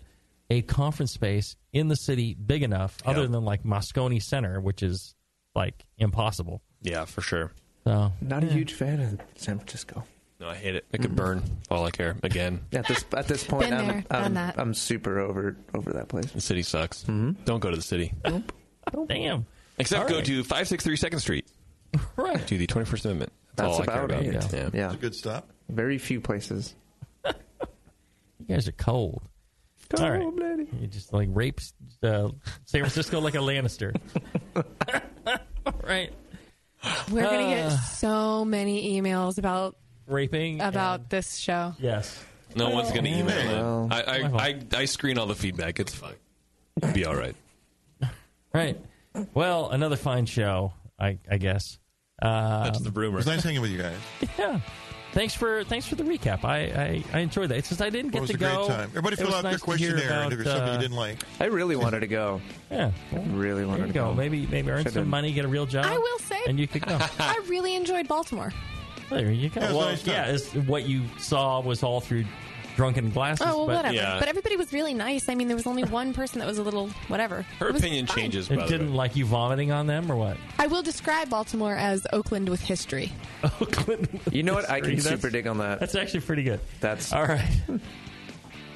a conference space in the city big enough, other than like Moscone Center, which is like impossible.
Yeah, for sure.
So
not a huge fan of San Francisco.
No, I hate it. I could burn all I care again.
At this at this point,
Been
I'm,
there, done
I'm,
that.
I'm super over over that place.
The city sucks. Mm-hmm. Don't go to the city.
damn.
Except
All
go
right.
to 563 Second Street
right.
to the 21st Amendment. That's,
That's
all I care
about
about.
it.
Yeah.
Yeah,
It's a good stop.
very few places.
You guys are cold. All right.
Cold-blooded.
You just like rapes uh, San Francisco like a Lannister. right.
We're going to get
Uh.
so many emails about
Raping.
about this show.
and- yes.
No one's going to email
Well,
it. I, I, I, I screen all the feedback. It's fine. It'll be all right.
Right. Well, another fine show, I, I guess.
That's the
It
rumor.
was nice hanging with you guys.
Yeah. Thanks for thanks for the recap. I, I, I enjoyed that. It's just I didn't
It
get
was
to
a
go.
great time. Everybody
It
fill
was
out
nice
their
to hear
questionnaire
about,
and if there's something
uh,
you didn't like.
I really wanted to go.
Yeah.
Really
There
wanted
you
to
go.
go.
Maybe maybe earn
Should've
some
been-
money, get a real job.
I will say-
and you could go.
I really enjoyed Baltimore.
there you go.
Yeah, it's
well,
nice time.
yeah, it's, what you saw was all through drunken glasses.
Oh, well,
but
whatever.
Yeah.
But everybody was really nice. I mean, there was only one person that was a little whatever.
Her
It was
opinion
fine.
changes, by
It
the
didn't
way.
like you vomiting on them or what?
I will describe Baltimore as Oakland with history.
Oakland.
You know what? I can
That's-
super dig on that.
That's actually pretty good.
That's-
all right.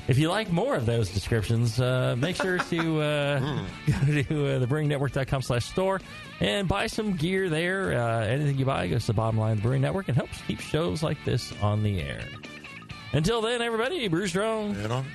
If you like more of those descriptions, uh, make sure to uh, go to uh, thebewingnetwork.com slash store and buy some gear there. Uh, anything you buy goes to the bottom line of the Brewing Network and helps keep shows like this on the air. Until then, everybody, Bruce Drone.
You know?